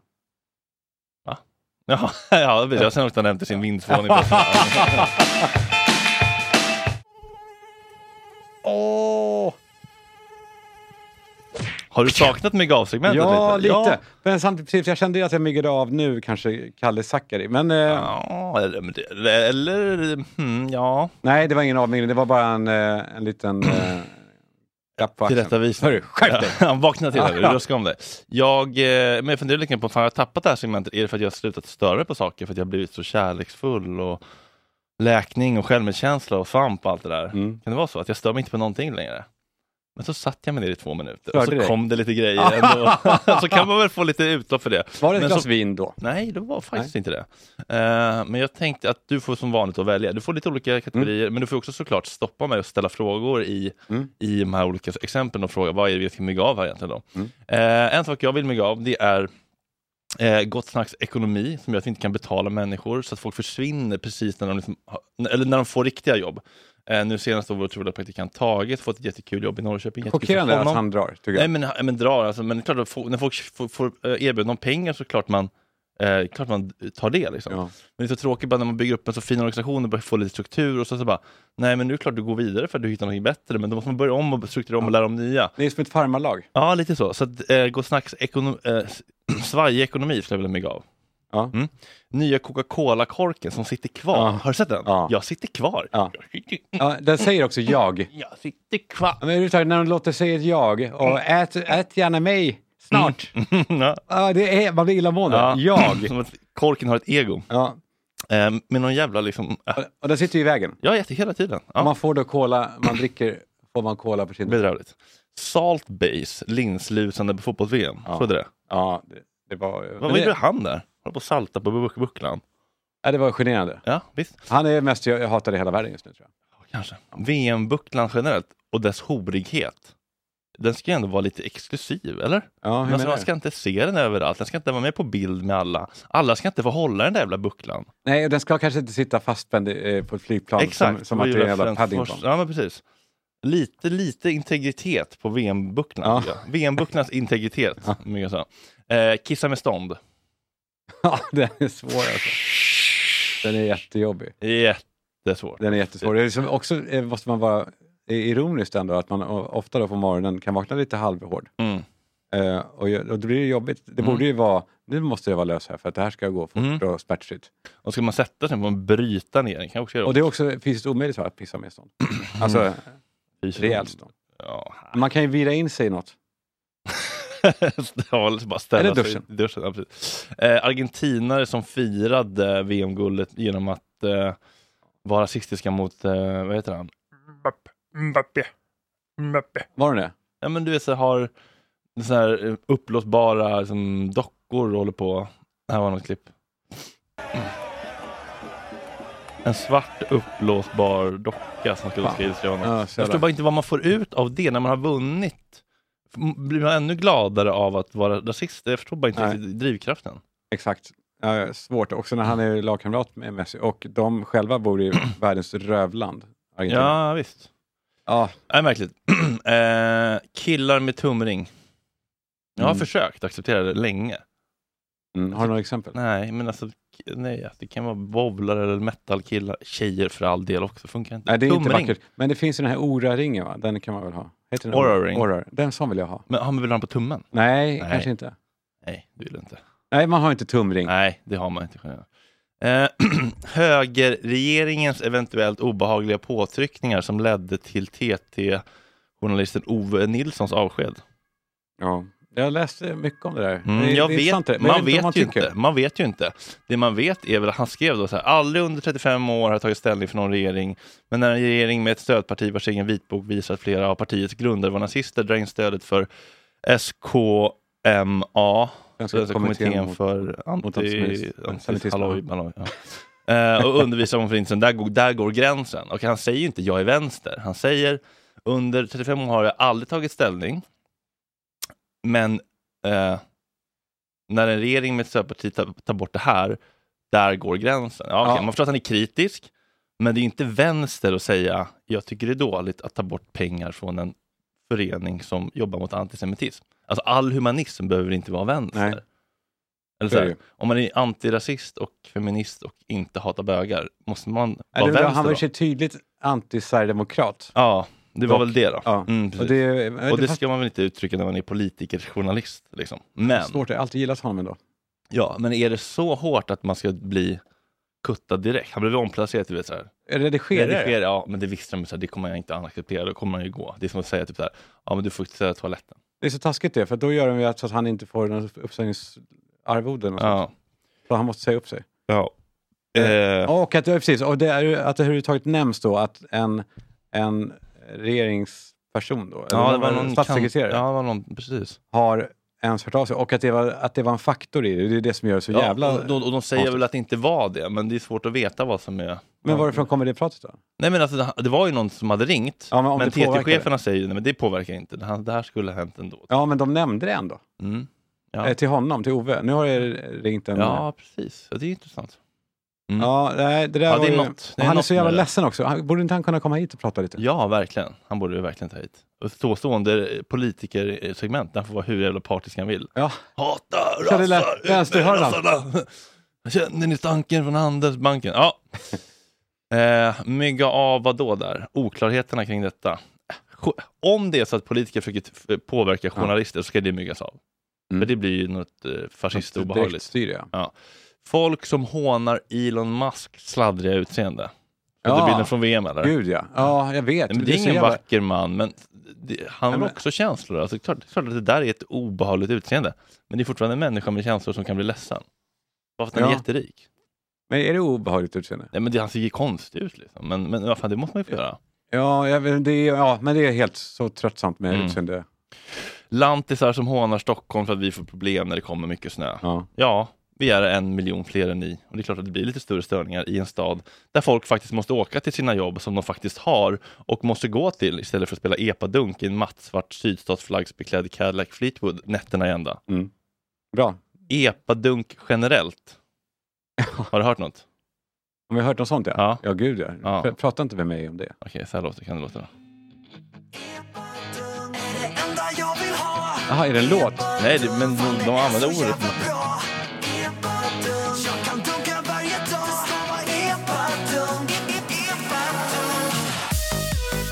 Speaker 2: Ja, ja precis. Jag sen åkte han hem till sin vindsvåning. på-
Speaker 4: Åh!
Speaker 2: Har du saknat mig
Speaker 4: Ja,
Speaker 2: gavsegmentet
Speaker 4: lite.
Speaker 2: lite?
Speaker 4: Men samtidigt, precis, jag kände ju att jag myggade av nu kanske Kalle Zackari. Men eh,
Speaker 2: Ja, eller, men det- eller hmm, ja.
Speaker 4: nej, det var ingen avmyggning. Det var bara en, eh, en liten eh, klapp på axeln.
Speaker 2: Tillrättavisning.
Speaker 4: Hörru, skärp dig!
Speaker 2: Han vaknade till över, ruska om det. Jag, eh, men jag funderar lite grann på, fan jag har tappat det här segmentet. Är det för att jag har slutat störa mig på saker? För att jag har blivit så kärleksfull och läkning och självmedkänsla och svamp och allt det där.
Speaker 4: Mm.
Speaker 2: Kan det vara så att jag stör mig inte på någonting längre? Men så satt jag med det i två minuter
Speaker 4: Störde
Speaker 2: och så
Speaker 4: dig?
Speaker 2: kom det lite grejer ändå. så kan man väl få lite utlopp för det.
Speaker 4: Var det ett
Speaker 2: Men
Speaker 4: glas
Speaker 2: så-
Speaker 4: vin då?
Speaker 2: Nej, det var faktiskt inte det. Eh, men jag tänkte att du får som vanligt att välja. Du får lite olika kategorier, men du får också såklart stoppa mig och ställa frågor i,
Speaker 4: Mm.
Speaker 2: i de här olika exemplen och fråga vad är det vi ska mygga av här egentligen. Då?
Speaker 4: Mm.
Speaker 2: Eh, en sak jag vill mygga av, det är Eh, gott snacks ekonomi som gör att vi inte kan betala människor så att folk försvinner precis när de, liksom, har- eller när de får riktiga jobb. Eh, nu senast har vår otroliga praktikant Taget fått ett jättekul jobb i Norrköping. Jättekul för
Speaker 4: Chockerande att
Speaker 2: honom.
Speaker 4: han drar, tycker jag.
Speaker 2: Nej men, ja, men drar alltså, men det är klart att få, när folk får, får eh, erbjudande om pengar så är det klart man, eh, klart man tar det liksom.
Speaker 4: Ja.
Speaker 2: Men det är så tråkigt bara när man bygger upp en så fin organisation och börjar få lite struktur och så, så bara, nej men nu är det klart du går vidare för att du hittar något bättre, men då måste man börja om och strukturera om och lära om nya.
Speaker 4: Det är som ett farmarlag.
Speaker 2: Ja, lite så. Så att eh, gå snacks ekono- eh, s- svajig ekonomi skulle jag vilja mygga av.
Speaker 4: Ja.
Speaker 2: Mm. Nya Coca-Cola-korken som sitter kvar.
Speaker 4: Ja.
Speaker 2: Har du sett den?
Speaker 4: Ja.
Speaker 2: Jag sitter kvar.
Speaker 4: Ja.
Speaker 2: Jag, sitter,
Speaker 4: Ja, den säger också jag.
Speaker 2: jag sitter kvar.
Speaker 4: Ja, Men överhuvudtaget när de låter säga ett jag och ät, ät gärna mig snart.
Speaker 2: Mm. Ja.
Speaker 4: Ja, det är, man blir illamående. Jag.
Speaker 2: Som att korken har ett ego.
Speaker 4: Ja,
Speaker 2: Eh, med någon jävla liksom... eh,
Speaker 4: och- och den sitter ju i vägen.
Speaker 2: Ja, jätte, hela tiden.
Speaker 4: Om
Speaker 2: Ja,
Speaker 4: man får då cola, man dricker, får man cola på sin...
Speaker 2: bedrövligt. Salt Base, linslusande på fotbolls-VM.
Speaker 4: Ja.
Speaker 2: Såg du det?
Speaker 4: Ja, det, det var... men
Speaker 2: Vad gjorde
Speaker 4: det,
Speaker 2: han där? Håller på att salta på buck- bucklan.
Speaker 4: ja, det var generande.
Speaker 2: Ja, visst.
Speaker 4: Han är mest jag, jag hatar i hela världen just nu tror jag.
Speaker 2: Ja, Kanske. VM-bucklan generellt och dess horighet. den ska ju ändå vara lite exklusiv, eller?
Speaker 4: Ja, hur
Speaker 2: Alltså,
Speaker 4: menar
Speaker 2: man
Speaker 4: du?
Speaker 2: ska inte se den överallt, den ska inte vara med på bild med alla. Alla ska inte få hålla den där jävla bucklan.
Speaker 4: Nej, och den ska kanske inte sitta fastspänd eh, på ett flygplan som, som
Speaker 2: det var
Speaker 4: att
Speaker 2: ju
Speaker 4: det är en jävla
Speaker 2: referens-
Speaker 4: Paddington.
Speaker 2: först- Ja, men precis. Lite, lite integritet på VM-bucklan.
Speaker 4: Ja.
Speaker 2: tycker jag. VM-bucklarnas integritet.
Speaker 4: Ja.
Speaker 2: mycket så. Eh, kissa med stånd.
Speaker 4: Ja, den är svår alltså. Den är jättejobbig.
Speaker 2: Jättesvårt.
Speaker 4: Den är jättesvår. Det är liksom också eh, måste man vara eh, ironiskt ändå att man o- ofta då på morgonen kan vakna lite halvhård.
Speaker 2: Mm.
Speaker 4: Eh, och, gör- och då blir det jobbigt. Det
Speaker 2: Mm.
Speaker 4: borde ju vara, nu måste jag vara lös här för att det här ska gå fort
Speaker 2: Mm.
Speaker 4: och smärtfritt.
Speaker 2: Och ska man sätta sig på en bryta ner den kan också göra
Speaker 4: Och det är också fysiskt omöjligt va, att pissa med stånd. Alltså
Speaker 2: Fysiskt.
Speaker 4: rejält stånd.
Speaker 2: Ja.
Speaker 4: Man kan ju vira in sig i något.
Speaker 2: ja, eller så bara ställa
Speaker 4: Eller
Speaker 2: sig
Speaker 4: duschen.
Speaker 2: i duschen ja, precis. eh, argentinare som firade VM-guldet genom att eh, vara rasistiska mot, eh, vad heter han? Mbappé. Mbappé.
Speaker 4: Var det det?
Speaker 2: Ja men du vet så har så här eh, uppblåsbara liksom, dockor och håller på. Här var något klipp. Mm. En svart uppblåsbar docka som skulle
Speaker 4: Fan.
Speaker 2: skriva honom.
Speaker 4: Ja, så
Speaker 2: Jag förstår
Speaker 4: jävla-
Speaker 2: bara inte vad man får ut av det när man har vunnit. M- Blir man ännu gladare av att vara rasist? Jag förstår bara inte
Speaker 4: Nej.
Speaker 2: riktigt drivkraften.
Speaker 4: Exakt. Ja, svårt. Också när han är lagkamrat med Messi. Och de själva bor i världens rövland. Argentina.
Speaker 2: Ja, visst.
Speaker 4: Ja,
Speaker 2: Nej, märkligt. eh, killar med tumring. Jag har
Speaker 4: Mm.
Speaker 2: försökt acceptera det länge.
Speaker 4: Mm. Har du några exempel?
Speaker 2: Nej, men alltså k- nej, alltså, det kan vara bowlare eller metalkillar, tjejer för all del också, funkar inte.
Speaker 4: Nej, det är inte
Speaker 2: Tumring.
Speaker 4: vackert. Men det finns ju den här Ora-ringen, va? Den kan man väl ha? Heter den
Speaker 2: Aura-ring.
Speaker 4: Aura. Den som vill jag ha.
Speaker 2: Men har man väl den på tummen?
Speaker 4: Nej,
Speaker 2: Nej.
Speaker 4: kanske inte.
Speaker 2: Nej, det vill jag inte.
Speaker 4: Nej, man har inte tumring.
Speaker 2: Nej, det har man inte kunnat göra. Eh, högerregeringens eventuellt obehagliga påtryckningar som ledde till TT-journalisten Ove Nilssons avsked.
Speaker 4: Ja. Jag läste mycket om det där.
Speaker 2: Mm,
Speaker 4: det, är-
Speaker 2: jag
Speaker 4: det är intressant det
Speaker 2: vet,
Speaker 4: där. Men jag
Speaker 2: man
Speaker 4: inte vad
Speaker 2: vet
Speaker 4: man
Speaker 2: ju
Speaker 4: tycker.
Speaker 2: inte. Man vet ju inte. Det man vet är väl att han skrev då så här, aldrig under 35 år har jag tagit ställning för någon regering, men när en regering med ett stödparti vars egen vitbok visar att flera av partiets grundare var nazister drar in stödet för SKMA,
Speaker 4: Svenska
Speaker 2: Svenska
Speaker 4: kommittén
Speaker 2: kommittén
Speaker 4: mot-
Speaker 2: Alltså, för anti-
Speaker 4: antisemitism.
Speaker 2: antisemitism. Halloj, halloj, ja. Eh, och undervisar om förintelsen, där går, där går gränsen. Och han säger ju inte jag är vänster, han säger under 35 år har jag aldrig tagit ställning, men eh, när en regering med ett stödparti tar, tar bort det här, där går gränsen. Ja, okej,
Speaker 4: Ja.
Speaker 2: Man förstår att han är kritisk, men det är ju inte vänster att säga jag tycker det är dåligt att ta bort pengar från en förening som jobbar mot antisemitism. Alltså all humanism behöver inte vara vänster.
Speaker 4: Nej. Så
Speaker 2: Eller så
Speaker 4: är det
Speaker 2: här, om man är antirasist och feminist och inte hatar bögar, måste man
Speaker 4: Nej,
Speaker 2: vara
Speaker 4: det,
Speaker 2: vänster
Speaker 4: han var
Speaker 2: då?
Speaker 4: ju så tydligt anti-sverigedemokrat.
Speaker 2: Ja, det var
Speaker 4: Dock.
Speaker 2: väl det då.
Speaker 4: Ja.
Speaker 2: Mm, precis.
Speaker 4: och det, jag vet inte, fast
Speaker 2: ska man väl inte uttrycka när man är politikerjournalist. Liksom. Men,
Speaker 4: svårt, jag har alltid gillat honom ändå.
Speaker 2: ja, men är det så hårt att man ska bli kuttad direkt? Han blev omplacerad, du vet så här.
Speaker 4: Redigerare?
Speaker 2: Redigera, ja, men det visste de ju så här, det kommer jag inte att acceptera, då kommer man ju gå. Det är som att säga typ så här, ja men du får städa toaletten.
Speaker 4: Det är så taskigt det, för då gör de ju att, så att han inte får några uppsägningsarvoden. Och sånt.
Speaker 2: Ja.
Speaker 4: Så han måste säga upp sig.
Speaker 2: ja. Eh,
Speaker 4: Och att, ja, precis, och det är, ju- att det överhuvudtaget nämns då att en, en regeringsperson då, eller
Speaker 2: ja, det var någon
Speaker 4: statssekreterare,
Speaker 2: Kan, ja, det var någon, precis.
Speaker 4: har ens hört av sig. Och att det var, att det var en faktor i det. Det är det som gör det så jävla...
Speaker 2: Ja, och, och, och de säger
Speaker 4: konstigt.
Speaker 2: väl att det inte var det, men det är svårt att veta vad som är...
Speaker 4: Men varifrån kommer det pratet då?
Speaker 2: Nej men alltså, det- det var ju någon som hade ringt,
Speaker 4: Ja, men om
Speaker 2: men
Speaker 4: det påverkar
Speaker 2: TT-cheferna säger ju, nej men det påverkar inte, det här, det här skulle ha hänt ändå.
Speaker 4: Ja, men de nämnde det ändå.
Speaker 2: Mm. Ja.
Speaker 4: Eh, till honom, till Ove. Nu har jag ringt en...
Speaker 2: ja, precis. Ja, det är intressant.
Speaker 4: ja nej, det där
Speaker 2: Ja,
Speaker 4: var
Speaker 2: det är
Speaker 4: ju...
Speaker 2: något.
Speaker 4: och
Speaker 2: Det är
Speaker 4: han är
Speaker 2: något
Speaker 4: så jävla
Speaker 2: med det.
Speaker 4: ledsen också. Han, borde inte han kunna komma hit och prata lite?
Speaker 2: Ja, verkligen. Han borde ju verkligen ta hit. Och så stående politikersegment, där han får vara hur jävla partisk han vill.
Speaker 4: Ja.
Speaker 2: Hata
Speaker 4: Ja, det lät-
Speaker 2: rassar, ut med
Speaker 4: vänsterhörnan.
Speaker 2: rassarna! Känner ni stanken från Handelsbanken? Ja. Eh, mygga av vad då där? Oklarheterna kring detta. Eh, jo- Om det är så att politiker försöker t- f- påverka journalister så ska det myggas av.
Speaker 4: Mm.
Speaker 2: För det blir ju något eh, fascist och obehagligt.
Speaker 4: Direktstyr, ja.
Speaker 2: Folk som hånar Elon Musks sladdriga utseende. Ja.
Speaker 4: Ja.
Speaker 2: Det bilden från VM eller?
Speaker 4: Gud ja. Ja, jag vet.
Speaker 2: Nej, men
Speaker 4: Det
Speaker 2: det
Speaker 4: är
Speaker 2: är
Speaker 4: så
Speaker 2: ingen
Speaker 4: jävla-
Speaker 2: vacker man, men det, han
Speaker 4: Nej,
Speaker 2: har
Speaker 4: men-
Speaker 2: också känslor. Alltså, klart, klart att det där är ett obehagligt utseende, men det är fortfarande en människa med känslor som kan bli ledsen. Bara för att han
Speaker 4: Ja.
Speaker 2: är jätterik.
Speaker 4: Men är det obehagligt utseende?
Speaker 2: Nej, men det, han ser ju konstig ut, liksom. men, men vad fan, det måste man ju få göra.
Speaker 4: Ja, jag, vet- det är, ja, men det är helt så tröttsamt med
Speaker 2: Mm.
Speaker 4: utseende.
Speaker 2: Lantisar som hånar Stockholm för att vi får problem när det kommer mycket snö.
Speaker 4: Ja.
Speaker 2: Ja, Vi är en miljon fler än ni och det är klart att det blir lite större störningar i en stad där folk faktiskt måste åka till sina jobb som de faktiskt har och måste gå till istället för att spela epadunk i en mattsvart sydstatsflaggsbeklädd Cadillac Fleetwood nätterna i ända.
Speaker 4: Mm. Bra.
Speaker 2: Epadunk generellt. Har du hört något?
Speaker 4: Om vi har hört något sånt ja.
Speaker 2: Ja.
Speaker 4: Ja, gud ja.
Speaker 2: Ja.
Speaker 4: Pr- Prata inte med mig om det.
Speaker 2: Okej, så här låter, kan det låta. då?
Speaker 4: Jaha, är det en låt?
Speaker 2: Nej, det, men de, de använder ordet.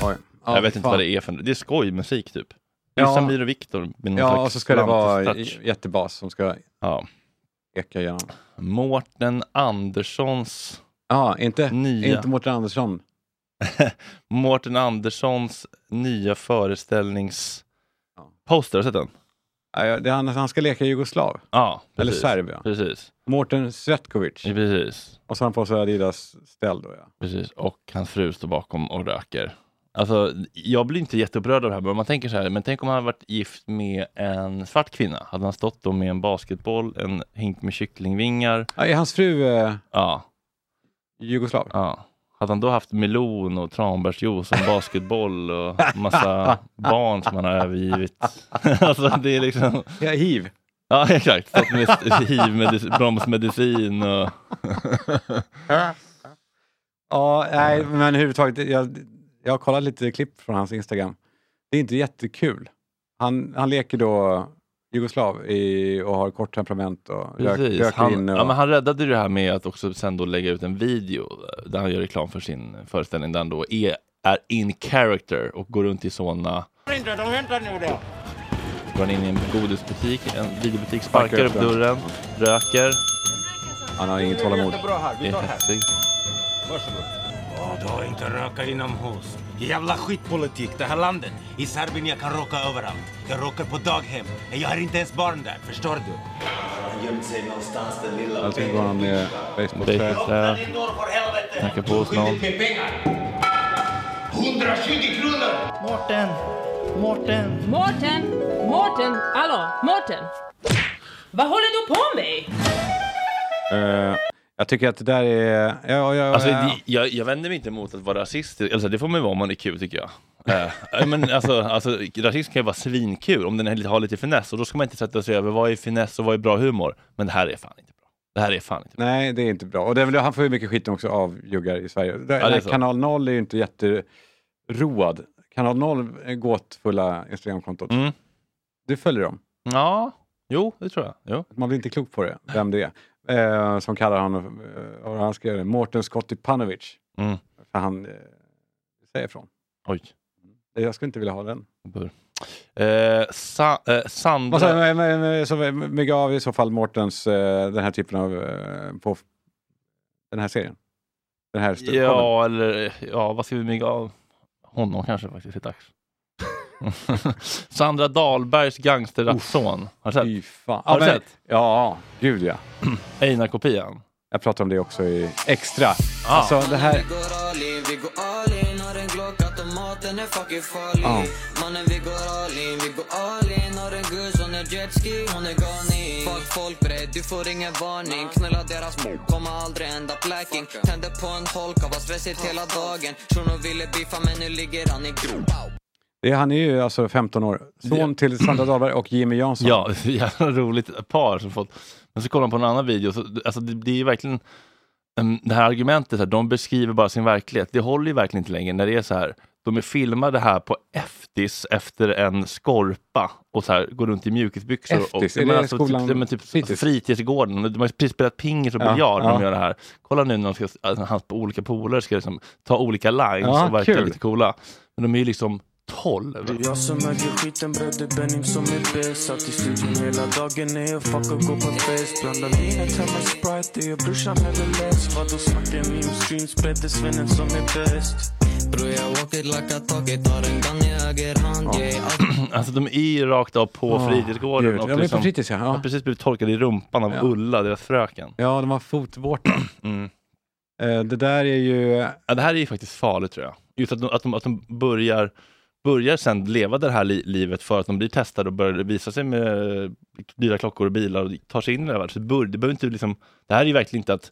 Speaker 4: Oj. Ja,
Speaker 2: jag vet
Speaker 4: fy
Speaker 2: inte
Speaker 4: fan.
Speaker 2: vad det är för Det är skojmusik typ. Det är
Speaker 4: Ja.
Speaker 2: Samir och Viktor med någon
Speaker 4: Ja,
Speaker 2: slags
Speaker 4: och så ska det vara
Speaker 2: Atlantis-touch.
Speaker 4: j- jättebas som ska
Speaker 2: Ja.
Speaker 4: eka igenom.
Speaker 2: Mårten Anderssons...
Speaker 4: Ja, inte,
Speaker 2: Nya.
Speaker 4: Eh, inte Mårten Andersson.
Speaker 2: Mårten Anderssons nya föreställnings...
Speaker 4: Ja.
Speaker 2: Poster, har du sett den?
Speaker 4: Ja, ja, det är han, han ska leka jugoslav.
Speaker 2: Ja,
Speaker 4: Eller
Speaker 2: precis.
Speaker 4: serb, ja.
Speaker 2: Precis.
Speaker 4: Mårten Svetkovic.
Speaker 2: Ja, precis.
Speaker 4: Och så har han på sig Adidas ställ då, ja.
Speaker 2: Precis. Och hans fru står bakom och röker. Alltså, jag blir inte jätteupprörd av det här, men om man tänker så här, men tänk om han hade varit gift med en svart kvinna. Hade han stått då med en basketboll, en hink med kycklingvingar,
Speaker 4: ja. Är hans fru eh,
Speaker 2: ja,
Speaker 4: jugoslav?
Speaker 2: Ja. Hade han då haft melon och tranbärsjuice och basketboll och massa barn som han har övergivit? alltså det är liksom...
Speaker 4: Ja, hiv.
Speaker 2: Ja exakt, stått med hiv, bromsmedicin och...
Speaker 4: Ja, nej, men överhuvudtaget, jag, jag har kollat lite klipp från hans Instagram. Det är inte jättekul. Han, han leker då jugoslav i, och har kort temperament och rök,
Speaker 2: Precis.
Speaker 4: röker
Speaker 2: Han,
Speaker 4: in. Och,
Speaker 2: ja, men han räddade ju det här med att också sen då lägga ut en video där han gör reklam för sin föreställning där han då är, är in character och går runt i såna... Går han in i en godisbutik, en videobutik, sparkar
Speaker 4: Sparkar
Speaker 2: upp
Speaker 4: upp den.
Speaker 2: dörren, röker,
Speaker 4: han har inget tålamod.
Speaker 2: är hetsig.
Speaker 8: Vadå inte röka inomhus? Jävla skitpolitik det här landet. I Serbien jag kan röka överallt. Jag röker på daghem. Jag har inte ens barn där, förstår du? Han gömde sig någonstans den lilla
Speaker 4: Jag tänker på honom med
Speaker 2: Baseball,
Speaker 4: basebollträ.
Speaker 2: trä.
Speaker 8: din dörr för helvete!
Speaker 2: Knacka på hos någon.
Speaker 8: med pengar! 120 kronor! Mårten! Mårten!
Speaker 9: Mårten! Mårten! Hallå, Mårten! Vad håller du på med?
Speaker 4: Eh, jag tycker att det där är... Ja, ja, ja,
Speaker 2: Alltså,
Speaker 4: ja.
Speaker 2: det- jag, jag vänder mig inte emot att vara rasist, alltså, det får man ju vara om man är kul tycker jag. Eh, men alltså, alltså, rasism kan ju vara svinkul om den är lite- har lite finess och då ska man inte sätta sig över vad är finess och vad är bra humor. Men det här är fan inte bra. Det här är fan inte bra.
Speaker 4: Nej, det är inte bra. Och det, är väl- han får ju mycket skit också av juggar i Sverige. Det,
Speaker 2: är
Speaker 4: nej,
Speaker 2: så.
Speaker 4: Kanal 0 är ju inte jätteroad. Kanal 0 är gåtfulla Instagramkontot.
Speaker 2: Mm.
Speaker 4: Du följer dem.
Speaker 2: Ja, jo det tror jag. Jo.
Speaker 4: Man blir inte klok på det, vem det är. Eh, som kallar honom, eh, och han skrev det, Mårten Skottipanovic.
Speaker 2: Mm.
Speaker 4: För han eh, säger ifrån.
Speaker 2: Oj.
Speaker 4: Eh, Jag skulle inte vilja ha den.
Speaker 2: jag bör- Eh, sa, eh,
Speaker 4: Och så,
Speaker 2: Sandra...
Speaker 4: men, men, men, så, men, men gav i så fall Mårtens eh, den här typen av... Eh, på den här serien. Den här stu- podden.
Speaker 2: Ja, eller ja, vad ska vi mygga av? Honom kanske faktiskt, det är dags. Sandra Dahlbergs gangsterrattson. Har du sett?
Speaker 4: Fy fan.
Speaker 2: Har du
Speaker 4: men-
Speaker 2: sett?
Speaker 4: Ja, gud ja.
Speaker 2: Einar-kopian.
Speaker 4: Jag pratar om det också i Extra.
Speaker 2: Ah.
Speaker 4: Alltså det här... Ja. Det, är- han är ju alltså 15 år. Son till Sandra Dahlberg och Jimmy Jansson.
Speaker 2: Ja, det är ett jävla roligt par som fått. Men så kollar man på en annan video, så, alltså, det, det är ju verkligen em, det här argumentet, här, de beskriver bara sin verklighet. Det håller ju verkligen inte längre när det är så här. De är filmade här på Eftis efter en skorpa och så här, går runt i mjukisbyxor. och,
Speaker 4: Eftis? Är
Speaker 2: men
Speaker 4: det
Speaker 2: alltså,
Speaker 4: skolan-
Speaker 2: Typ, ja, men typ,
Speaker 4: fritids?
Speaker 2: alltså, fritidsgården. De har ju precis spelat pingis och
Speaker 4: Ja,
Speaker 2: biljard när
Speaker 4: ja.
Speaker 2: de gör det här. Kolla nu när de ska, alltså, hans olika polare ska liksom, ta olika lines
Speaker 4: Ja,
Speaker 2: och verka
Speaker 4: kul. Mm.
Speaker 2: lite coola. Men de är ju liksom 12.
Speaker 8: Jag som äger skiten bröder Benim som är bäst Satt i studion hela dagen när jag fuck och går på fest Blandar vinet hemma Sprite, det gör brorsan eller läsk Vadå snackar ni om streams? Bädde svennen som är bäst
Speaker 2: Alltså de är ju rakt av på
Speaker 4: Ah,
Speaker 2: fritidsgården.
Speaker 4: gud.
Speaker 2: och liksom-
Speaker 4: Ja, men på fritids, ja. Ja.
Speaker 2: de har precis blivit torkade i rumpan av
Speaker 4: Ja.
Speaker 2: Ulla, deras fröken.
Speaker 4: Ja, de har fotvårta.
Speaker 2: Mm.
Speaker 4: Eh, det där är ju...
Speaker 2: Ja, det här är ju faktiskt farligt tror jag. Just att de, att de, att de börjar, börjar sen leva det här li- livet för att de blir testade och börjar visa sig med eh, dyra klockor och bilar och tar sig in i den här världen. Så det, bör, det, behöver inte liksom, det här är ju verkligen inte att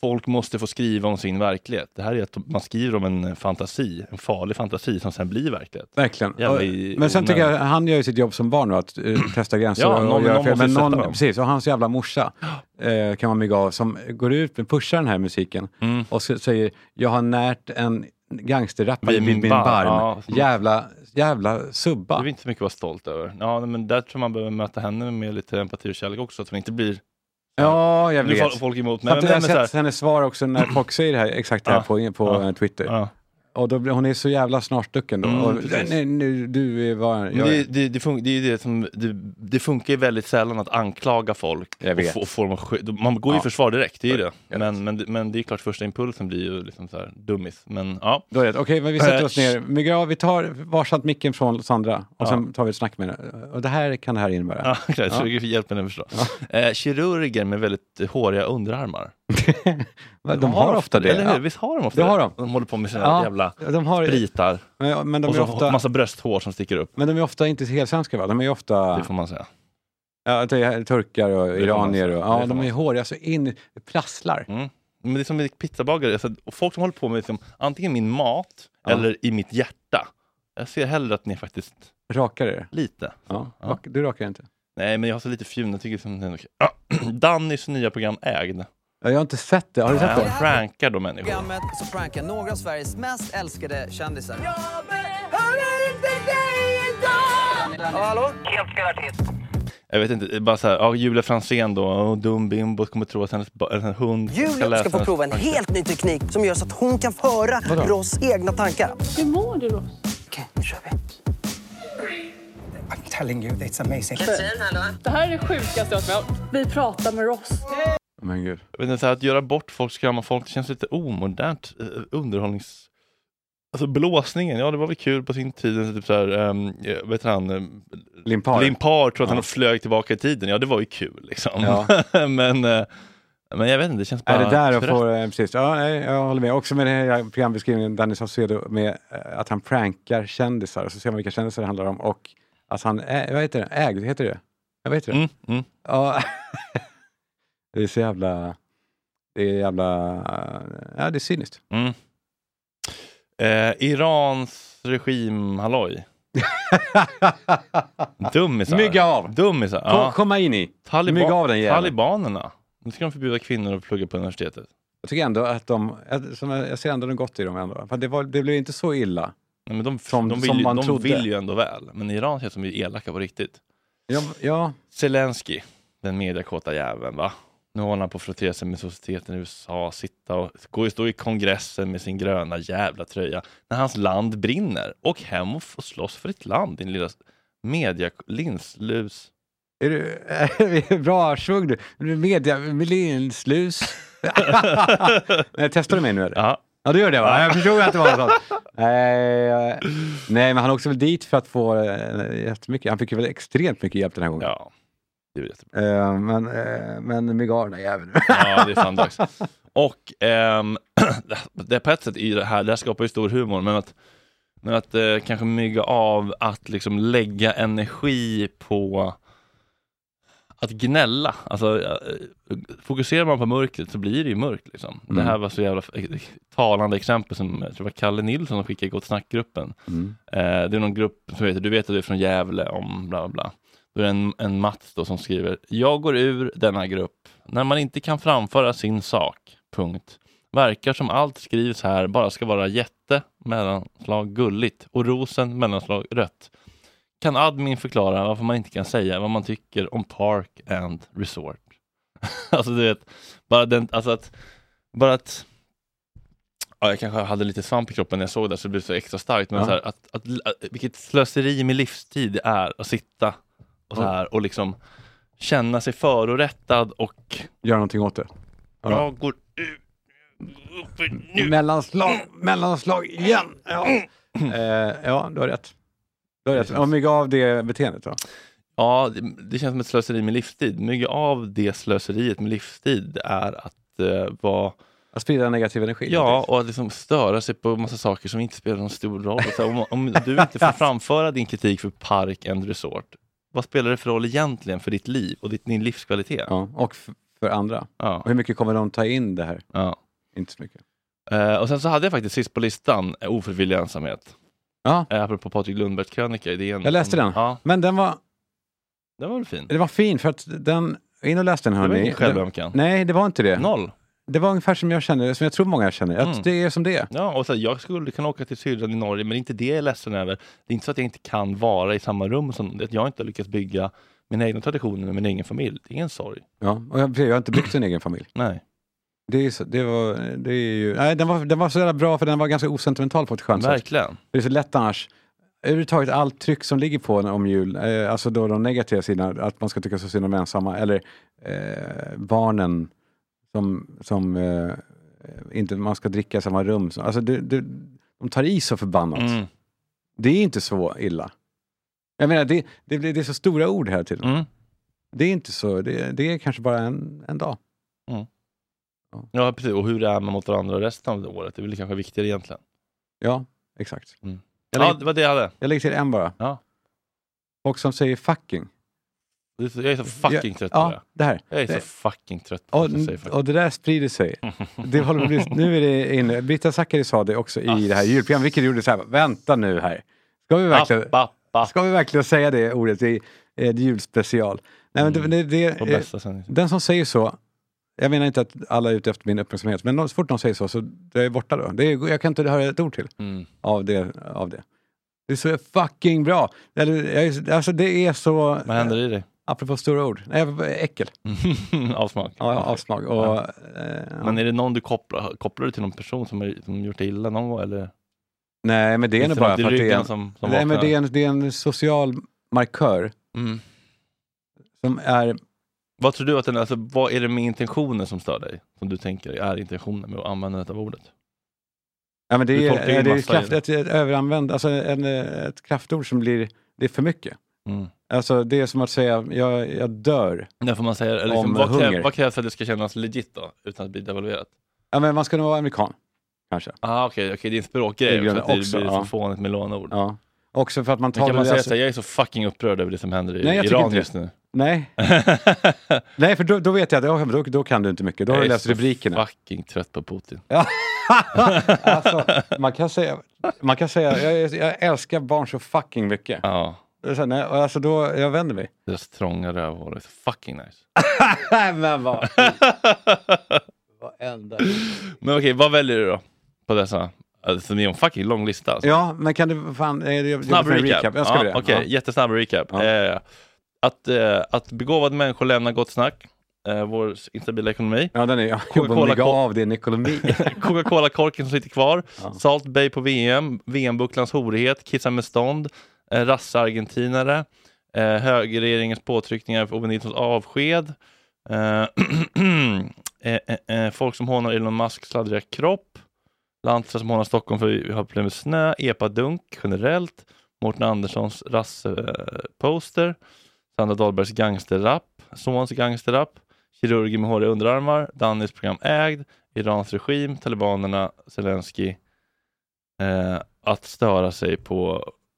Speaker 2: folk måste få skriva om sin verklighet. Det här är att man skriver om en eh, fantasi, en farlig fantasi som sen blir verklighet.
Speaker 4: Verkligen.
Speaker 2: Jävla
Speaker 4: Och-
Speaker 2: i-
Speaker 4: men sen tycker jag,
Speaker 2: onödigt.
Speaker 4: han gör ju sitt jobb som barn nu, att eh, testa gränser
Speaker 2: Ja, någon-
Speaker 4: och göra
Speaker 2: någon
Speaker 4: fel.
Speaker 2: måste
Speaker 4: Men
Speaker 2: ju sätta dem.
Speaker 4: precis, och hans jävla morsa eh, kan man mygga av, som går ut och pushar den här musiken
Speaker 2: Mm.
Speaker 4: och så, säger jag har närt en gangsterrappare
Speaker 2: Vid
Speaker 4: vid
Speaker 2: min
Speaker 4: min
Speaker 2: bar-
Speaker 4: barm.
Speaker 2: ja.
Speaker 4: Jävla, jävla subba.
Speaker 2: Det är vi inte så mycket att vara stolt över. Ja, men där tror man behöver möta henne med lite empati och kärlek också, så att hon inte blir...
Speaker 4: Ja, jag
Speaker 2: Nu
Speaker 4: vet.
Speaker 2: får folk emot mig,
Speaker 4: Samtidigt
Speaker 2: men-
Speaker 4: har jag
Speaker 2: men så här-
Speaker 4: sett hennes svar också när folk säger det här, exakt det här
Speaker 2: Ja,
Speaker 4: på, på
Speaker 2: ja,
Speaker 4: eh, Twitter. Och då blir, hon är så jävla snarstucken då.
Speaker 2: Mm,
Speaker 4: och,
Speaker 2: precis.
Speaker 4: nej, nu, du är vad
Speaker 2: Men det, det, det, fun- det är ju det som, det, det funkar ju väldigt sällan att anklaga folk.
Speaker 4: vet.
Speaker 2: Och få, få dem att sky- man går ju i
Speaker 4: Ja.
Speaker 2: försvar direkt, det är ju det. Men, men, men det är klart första impulsen blir ju liksom så här dummis. Men ja.
Speaker 4: Då är det, okej, men vi sätter oss ner. Mygga av, vi tar varsamt micken från Sandra och
Speaker 2: Ja.
Speaker 4: sen tar vi ett snack med henne. Och det här kan det här innebära.
Speaker 2: Ja, okay, så hjälp henne förstå. Eh, kirurger med väldigt håriga underarmar.
Speaker 4: De har ofta det.
Speaker 2: Eller hur?
Speaker 4: Ja.
Speaker 2: Visst har de ofta
Speaker 4: Det har
Speaker 2: de. De håller på med sina
Speaker 4: Ja,
Speaker 2: jävla
Speaker 4: de har-
Speaker 2: spritar.
Speaker 4: Men, men de
Speaker 2: och
Speaker 4: är
Speaker 2: så
Speaker 4: ofta-
Speaker 2: massa brösthår som sticker upp.
Speaker 4: Men de är ofta inte helsvenska va? De är ju ofta...
Speaker 2: Det får man säga.
Speaker 4: Ja, det är turkar och
Speaker 2: får man
Speaker 4: iranier.
Speaker 2: säga.
Speaker 4: Och,
Speaker 2: Det
Speaker 4: ja,
Speaker 2: får
Speaker 4: de
Speaker 2: man
Speaker 4: är håriga så in det prasslar.
Speaker 2: Mm. Men det är som med pizzabagare, alltså, och folk som håller på med liksom, antingen min mat
Speaker 4: Ja.
Speaker 2: eller i mitt hjärta. Jag ser hellre att ni faktiskt...
Speaker 4: Rakar är det?
Speaker 2: Lite.
Speaker 4: Ja.
Speaker 2: Ja.
Speaker 4: rak- Du rakar inte?
Speaker 2: Nej, men jag har så lite fjun. Jag tycker som det är okej. Ah, Dannys nya program Ägd.
Speaker 4: Ja, jag har inte sett det. Har du sett
Speaker 2: Han
Speaker 4: det?
Speaker 2: prankar då människor.
Speaker 10: programmet så prankar några av Sveriges mest älskade kändisar. Ja, hallå? Helt garanterat.
Speaker 2: Jag vet inte, det är bara så här, ja, Julia Franzén då, oh, dum bimbo, kommer tro att hennes, ba- hennes hund
Speaker 10: Julia ska få
Speaker 2: hennes
Speaker 10: prova en
Speaker 2: tankar.
Speaker 10: helt ny teknik som gör så att hon kan föra
Speaker 2: Vadå?
Speaker 10: Ross egna tankar.
Speaker 9: Hur mår du då?
Speaker 10: Okej, nu kör vi. I'm telling you, it's amazing.
Speaker 9: Det här är det sjukaste jag har varit med om. Vi pratar med Ross.
Speaker 4: Men gud.
Speaker 2: Jag vet inte, så här, att göra bort folk, skrämma folk, det känns lite omodernt. eh, underhållnings... Alltså blåsningen, ja det var väl kul på sin tid. Typ så här, ehm, eh, vad heter han? ehm,
Speaker 4: Limpar.
Speaker 2: Limpar tror att
Speaker 4: Ja.
Speaker 2: han flög tillbaka i tiden. Ja, det var ju kul liksom.
Speaker 4: Ja.
Speaker 2: men, eh, men jag vet inte, det känns bara...
Speaker 4: Är det där och
Speaker 2: trött.
Speaker 4: får, eh, precis. Ja, nej, jag håller med. Också med den här programbeskrivningen, Danny Saucedo, med eh, att han prankar kändisar. Och så ser man vilka kändisar det handlar om. Och att han, ä, vad heter det? Ägd, heter det Jag vet det.
Speaker 2: Mm, mm.
Speaker 4: Ja. det är så jävla... Det är jävla... Ja, det är cyniskt.
Speaker 2: Mm. Eh, Irans regim, halloj. Dummisar.
Speaker 4: Mygga av!
Speaker 2: Dummisar.
Speaker 4: Kom- komma in i. Mygga av den jäveln.
Speaker 2: Talibanerna. Nu ska de förbjuda kvinnor att plugga på universitetet.
Speaker 4: Jag tycker ändå att de... att- Som jag, jag ser ändå något gott i dem ändå. För det, var, det blev inte så illa.
Speaker 2: Nej, men de,
Speaker 4: som,
Speaker 2: de vill,
Speaker 4: som
Speaker 2: ju-
Speaker 4: man
Speaker 2: de
Speaker 4: trodde.
Speaker 2: vill ju ändå väl, men Iran känns som är elaka på riktigt.
Speaker 4: Ja, ja.
Speaker 2: Zelensky, den mediakåta jäveln va? Nu håller han på att frottera sig med societeten i USA, sitta och gå och stå i kongressen med sin gröna jävla tröja när hans land brinner. Och hem och få slåss för ditt land, din lilla media... Linslus.
Speaker 4: Är du, bra svung du. Du är Media, linslus. Nej, testar du mig nu eller?
Speaker 2: Ja.
Speaker 4: Ja, du gör det va? Jag förstod att det var något sånt. Nej, eh, nej, men han åkte väl dit för att få eh, jättemycket. Han fick ju väl extremt mycket hjälp den här gången.
Speaker 2: Ja, det är jättebra.
Speaker 4: men eh, men Migarna jäveln.
Speaker 2: Ja, det är fan dags. Och ehm, det på ett sätt är ju det här, det här skapar ju stor humor, men att, men att eh, kanske mygga av att liksom lägga energi på att gnälla. Alltså, eh, fokuserar man på mörkret så blir det ju mörkt. Liksom. Och Det här
Speaker 4: Mm.
Speaker 2: var så jävla eh, talande exempel som jag tror det var Kalle Nilsson som skickade i Gott snackgruppen.
Speaker 4: Mm.
Speaker 2: Eh, det är någon grupp som heter Du vet att du är från Gävle om bla bla bla. Då är det en, en Mats då som skriver Jag går ur denna grupp när man inte kan framföra sin sak. Punkt. Verkar som allt skrivs här bara ska vara jätte, mellanslag gulligt och rosen, mellanslag rött. Kan admin förklara varför man inte kan säga vad man tycker om park and resort? alltså du vet, bara, den, alltså att, bara att Ja, jag kanske hade lite svamp i kroppen när jag såg det så det blev så extra starkt. Men
Speaker 4: Ja.
Speaker 2: så här, att, att, att, vilket slöseri med livstid det är att sitta och så
Speaker 4: Ja.
Speaker 2: här och liksom känna sig förorättad och
Speaker 4: Gör någonting åt det. Ja.
Speaker 2: jag går
Speaker 4: Mellanslag, mellanslag igen. Ja, eh, ja du har rätt. Du har rätt. Ja, mygga av det beteendet då.
Speaker 2: Ja, det, det känns som ett slöseri med livstid. Mycket av det slöseriet med livstid är att eh, vara
Speaker 4: Att sprida negativ energi.
Speaker 2: Ja, och att liksom störa sig på massa saker som inte spelar någon stor roll. Och Så här, om, om du inte får framföra din kritik för Park and Resort, vad spelar det för roll egentligen för ditt liv och ditt, din livskvalitet?
Speaker 4: Ja, och f- för andra.
Speaker 2: Ja.
Speaker 4: Och hur mycket kommer de ta in det här?
Speaker 2: Ja.
Speaker 4: Inte så mycket.
Speaker 2: Eh, och sen så hade jag faktiskt sist på listan eh, ofrivillig ensamhet.
Speaker 4: Ja.
Speaker 2: Uh, apropå Patrik Lundbergs krönika. i DN.
Speaker 4: Jag läste den.
Speaker 2: Ja,
Speaker 4: Men den var,
Speaker 2: den var väl fin.
Speaker 4: det var fin för att den, in och läs den hörni.
Speaker 2: var ingen självömkan.
Speaker 4: Nej, det var inte det.
Speaker 2: Noll.
Speaker 4: Det var ungefär som jag känner, som jag tror många känner, att
Speaker 2: Mm.
Speaker 4: det är som det är.
Speaker 2: Ja, och så här, jag skulle kunna åka till syrran i Norge, men det är inte det jag är ledsen över. Det är inte så att jag inte kan vara i samma rum som att jag inte har lyckats bygga mina egna traditioner med min egen familj. Det är ingen sorg.
Speaker 4: Ja, och jag, jag har inte byggt en egen familj.
Speaker 2: Nej.
Speaker 4: Det är, så, det var, det är ju, nej, den, var, den var så jävla bra för den var ganska osentimental på ett skönt sätt.
Speaker 2: Verkligen.
Speaker 4: Det är så lätt annars. Överhuvudtaget allt tryck som ligger på en om jul, eh, alltså då de negativa sidorna, att man ska tycka så synd om ensamma, eller eh, barnen som, som eh, inte man ska dricka i samma rum. Så- Alltså det, det, de tar i så förbannat.
Speaker 2: Mm.
Speaker 4: Det är inte så illa. Jag menar, det, det, blir- det är så stora ord här till.
Speaker 2: Mm.
Speaker 4: Det är inte så, det, det är kanske bara en, en dag.
Speaker 2: Ja, precis. Och hur det är man mot varandra resten av året, det är väl kanske viktigare egentligen.
Speaker 4: Ja, exakt.
Speaker 2: Mm.
Speaker 4: Jag
Speaker 2: Ja,
Speaker 4: lägger,
Speaker 2: det var det jag hade.
Speaker 4: jag lägger till en bara.
Speaker 2: Ja.
Speaker 4: Folk som säger fucking.
Speaker 2: Det är så- Jag är så fucking
Speaker 4: Ja,
Speaker 2: trött på
Speaker 4: ja,
Speaker 2: det.
Speaker 4: det här.
Speaker 2: Jag är så
Speaker 4: Det-
Speaker 2: fucking trött på
Speaker 4: Och,
Speaker 2: att du säger fucking.
Speaker 4: och det där sprider sig. Det håller på att bli, nu är det inne. Britta Zackari sa det också i det här julprogrammet, vilket gjorde så här, vänta nu här. Ska vi verkligen,
Speaker 2: App, app, app.
Speaker 4: ska vi verkligen säga det ordet i ett julspecial? Nej, men det, det, det,
Speaker 2: Mm. På
Speaker 4: eh,
Speaker 2: bästa sändning.
Speaker 4: den som säger så, jag menar inte att alla är ute efter min uppmärksamhet, men nå- så fort någon säger så, så är jag borta då. Det är, jag kan inte höra ett ord till
Speaker 2: Mm.
Speaker 4: av, det, av det. Det är så fucking bra! Eller, jag, är- alltså det är så...
Speaker 2: Vad händer i dig?
Speaker 4: Apropå stora ord, nej, jag- äckel.
Speaker 2: Avsmak.
Speaker 4: Ja, avsmak. Och,
Speaker 2: Ja.
Speaker 4: eh, ja.
Speaker 2: Men är det någon du kopplar, kopplar du till någon person som, är, som gjort dig illa någon gång? Eller?
Speaker 4: Nej, men det är
Speaker 2: Finns
Speaker 4: nog
Speaker 2: det
Speaker 4: bara
Speaker 2: något i
Speaker 4: för att det är
Speaker 2: ryggen
Speaker 4: en,
Speaker 2: som- som
Speaker 4: nej, men
Speaker 2: vaknar?
Speaker 4: det är en, det är en social markör
Speaker 2: Mm.
Speaker 4: som är...
Speaker 2: Vad tror du att den, alltså, vad är det med intentionen som stör dig? Som du tänker är intentionen med att använda detta ordet?
Speaker 4: Ja, men det
Speaker 2: Du
Speaker 4: är,
Speaker 2: tolkar ju
Speaker 4: det är ett,
Speaker 2: massa i
Speaker 4: kraft,
Speaker 2: det.
Speaker 4: ett, ett överanvänd, alltså en, eh, ett kraftord som blir... Det är för mycket.
Speaker 2: Mm.
Speaker 4: Alltså det är som att säga, jag, jag dör.
Speaker 2: Där får man säga, eller liksom,
Speaker 4: Om
Speaker 2: vad,
Speaker 4: hunger.
Speaker 2: krävs, vad krävs för att det ska kännas legit då? Utan att bli devalverat?
Speaker 4: Ja, men man ska nog vara amerikan, kanske.
Speaker 2: Ah, Okej, okej, det är en
Speaker 4: Det
Speaker 2: språkgrej
Speaker 4: är
Speaker 2: också, att det
Speaker 4: också,
Speaker 2: blir
Speaker 4: ja.
Speaker 2: så fånigt med lånord.
Speaker 4: Ja. Också för att man
Speaker 2: Men
Speaker 4: tar...
Speaker 2: kan man
Speaker 4: det-
Speaker 2: säga
Speaker 4: alltså-
Speaker 2: såhär, jag är så fucking upprörd över det som händer i
Speaker 4: Nej, jag tycker
Speaker 2: Iran
Speaker 4: inte det.
Speaker 2: just nu.
Speaker 4: Nej. Nej, för då, då vet jag att ja, men då, då kan du inte mycket. Då har
Speaker 2: jag
Speaker 4: du
Speaker 2: är
Speaker 4: läst
Speaker 2: så
Speaker 4: rubrikerna.
Speaker 2: fucking trött på Putin.
Speaker 4: Ja. alltså, man kan säga, man kan säga jag, är- jag älskar barn så fucking mycket.
Speaker 2: Ja,
Speaker 4: Det är så här, nej, och alltså då, jag vänder mig.
Speaker 2: deras trånga rövhål är så fucking nice.
Speaker 4: Nej, men vad... Varenda.
Speaker 2: Men okej, vad väljer du då? På dessa? Alltså, det är en fucking lång lista. Alltså.
Speaker 4: Ja, men kan du fan... eh, Jag, jag,
Speaker 2: Snabb
Speaker 4: jag-
Speaker 2: recap.
Speaker 4: Jag ska
Speaker 2: ja,
Speaker 4: ja,
Speaker 2: okej,
Speaker 4: ja.
Speaker 2: Jättesnabb recap.
Speaker 4: Ja.
Speaker 2: Eh, att, eh, att begåvade människor lämnar gott snack, eh, vår instabila ekonomi,
Speaker 4: ja, den är... Jag
Speaker 2: Coca-Cola-
Speaker 4: jobbar lägga av din ekonomi.
Speaker 2: Coca-Cola-korken som sitter kvar, Salt Bay på VM, VM-bucklans horighet, kissa med stånd, eh, rassargentinare, eh, högerregeringens påtryckningar för Ove Nilssons avsked, eh, eh, eh, eh, folk som hånar Elon Musks sladdriga kropp, Lantra som hånar Stockholm för vi har problem med snö, epadunk generellt, Mårten Anderssons rassposter, Sandra Dahlbergs gangsterrap, Sons gangsterrap, Kirurgen med håriga underarmar, Dannys program Ägd, Irans regim, talibanerna, Zelensky. Eh, att störa sig på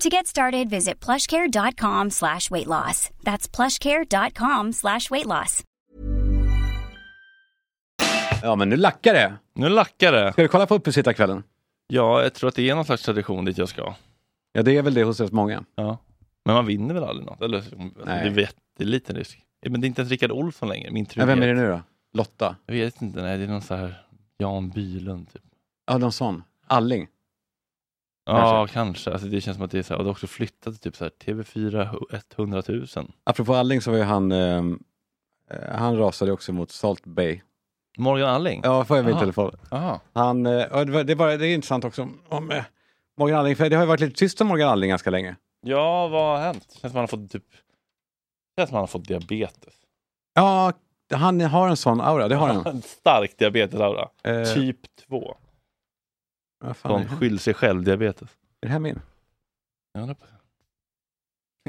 Speaker 11: To get started, visit plushcare.com slash weight loss. That's plushcare.com slash weight loss.
Speaker 4: Ja, men nu lackar det.
Speaker 2: Nu lackar det.
Speaker 4: Ska du kolla på uppesittarkvällen?
Speaker 2: Ja, jag tror att det är någon slags tradition dit jag ska.
Speaker 4: Ja, det är väl det hos rätt många.
Speaker 2: Ja. Men man vinner väl aldrig något? Eller,
Speaker 4: Nej.
Speaker 2: Det är jätteliten risk. Eh, Men det är inte ens Rickard Olsson längre. Min
Speaker 4: Ja, vem är det
Speaker 2: trygghet.
Speaker 4: nu då? Lotta?
Speaker 2: Jag vet inte. Nej, det är någon så här Jan Bylund. Typ.
Speaker 4: Ja, någon sån. Alling?
Speaker 2: Ja, kanske. Alltså, det känns som att det är så här. Och det har också flyttat till typ så här TV4 100 000.
Speaker 4: Apropå Alling så var ju han, ehm, eh, han rasade också mot Salt Bay.
Speaker 2: Morgan Alling?
Speaker 4: Ja, får jag min
Speaker 2: Aha.
Speaker 4: telefon.
Speaker 2: Aha.
Speaker 4: Han, eh, ja, det, var, det, var, det är intressant också om- om eh, Morgan Alling, för det har ju varit lite tyst om Morgan Alling ganska länge.
Speaker 2: Ja, vad har hänt? Känns som att han har fått typ... Känns som att han har fått diabetes.
Speaker 4: Ja, han har en sån aura, det har han.
Speaker 2: En stark diabetesaura.
Speaker 4: Eh.
Speaker 2: Typ 2.
Speaker 4: Vad fan är
Speaker 2: Som
Speaker 4: det här?
Speaker 2: skyll sig själv diabetes.
Speaker 4: Är det här min?
Speaker 2: Jag undrar på-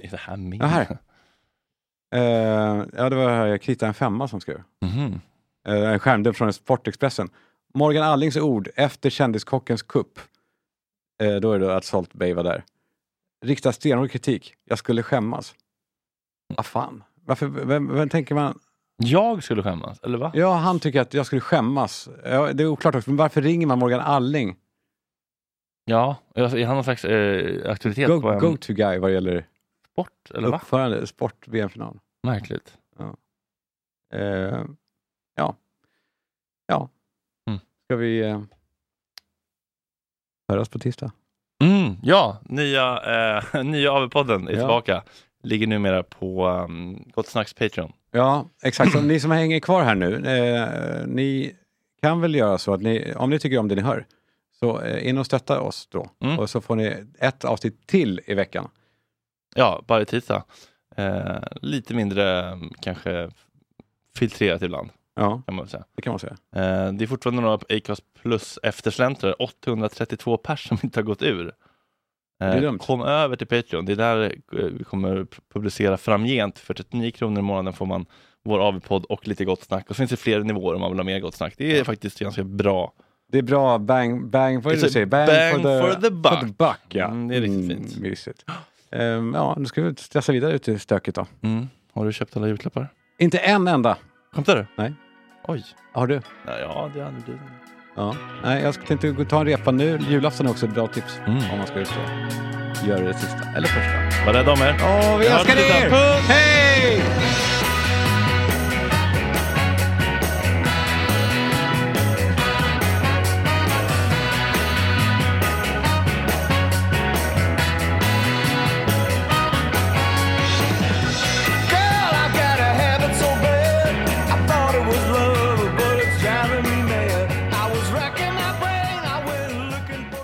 Speaker 2: Är det här min?
Speaker 4: Ja, här. Eh, ja, det var här, Krita en femma som skrev.
Speaker 2: Mhm.
Speaker 4: Eh, en skärmdump från Sportexpressen. Morgan Allings ord efter Kändiskockens kupp. Eh, då är det att Salt Bay var där. Riktar stenhård kritik. Jag skulle skämmas. Vad fan? Varför, vem, vem tänker man?
Speaker 2: Jag skulle skämmas, eller va?
Speaker 4: Ja, han tycker att jag skulle skämmas. Ja, det är oklart också, men varför ringer man Morgan Alling?
Speaker 2: Ja, alltså, är han någon slags eh, auktoritet
Speaker 4: Go,
Speaker 2: på en...
Speaker 4: go to guy vad det gäller
Speaker 2: Sport, eller va?
Speaker 4: uppförande, sport, VM-final.
Speaker 2: Märkligt.
Speaker 4: Eh, ja. Ja.
Speaker 2: Mm.
Speaker 4: Ska vi eh, höras på tisdag?
Speaker 2: Mm, ja, nya, eh, nya AV-podden är
Speaker 4: Ja.
Speaker 2: tillbaka. Ligger numera på um, Gott Snacks Patreon.
Speaker 4: Ja, exakt. Så ni som hänger kvar här nu, eh, ni kan väl göra så att ni, om ni tycker om det ni hör, så eh, in och stötta oss då. Och så får ni ett avsnitt till i veckan.
Speaker 2: Ja, varje tisdag. Eh, lite mindre mm, kanske filtrerat ibland.
Speaker 4: Ja,
Speaker 2: kan man väl säga.
Speaker 4: det kan man säga.
Speaker 2: Eh, det är fortfarande några Acast plus eftersläntrare, 832 pers som inte har gått ur. Eh,
Speaker 4: är dumt.
Speaker 2: kom över till Patreon, det är där eh, vi kommer publicera framgent. För 39 kronor i månaden får man vår AV-podd och lite gott snack. Och så finns det fler nivåer om man vill ha mer gott snack. Det är faktiskt ganska bra.
Speaker 4: Det är bra bang, bang, vad är det
Speaker 2: It's
Speaker 4: du
Speaker 2: a
Speaker 4: säger? Bang,
Speaker 2: bang for the
Speaker 4: for
Speaker 2: buck.
Speaker 4: ja.
Speaker 2: Mm, det är riktigt
Speaker 4: fint. Mysigt. Ehm, ja, nu ska vi stressa vidare ut i stöket då.
Speaker 2: Mm. Har du köpt alla julklappar?
Speaker 4: Inte en enda.
Speaker 2: Skämtar du?
Speaker 4: Nej.
Speaker 2: Oj.
Speaker 4: Har du?
Speaker 2: Ja, ja det hade blivit.
Speaker 4: Ja. Nej, jag tänkte gå- ta en repa nu. Julafton är också ett bra tips
Speaker 2: Mm.
Speaker 4: om man ska ut och göra det sista eller första.
Speaker 2: Var rädda om er.
Speaker 4: Åh, vi
Speaker 2: Jag
Speaker 4: älskar
Speaker 2: har ett litet
Speaker 4: er!
Speaker 2: puss!
Speaker 4: Hej!
Speaker 8: Girl, I got a habit so bad. I thought it was love, but it's driving me mad. I was racking my brain, I went looking for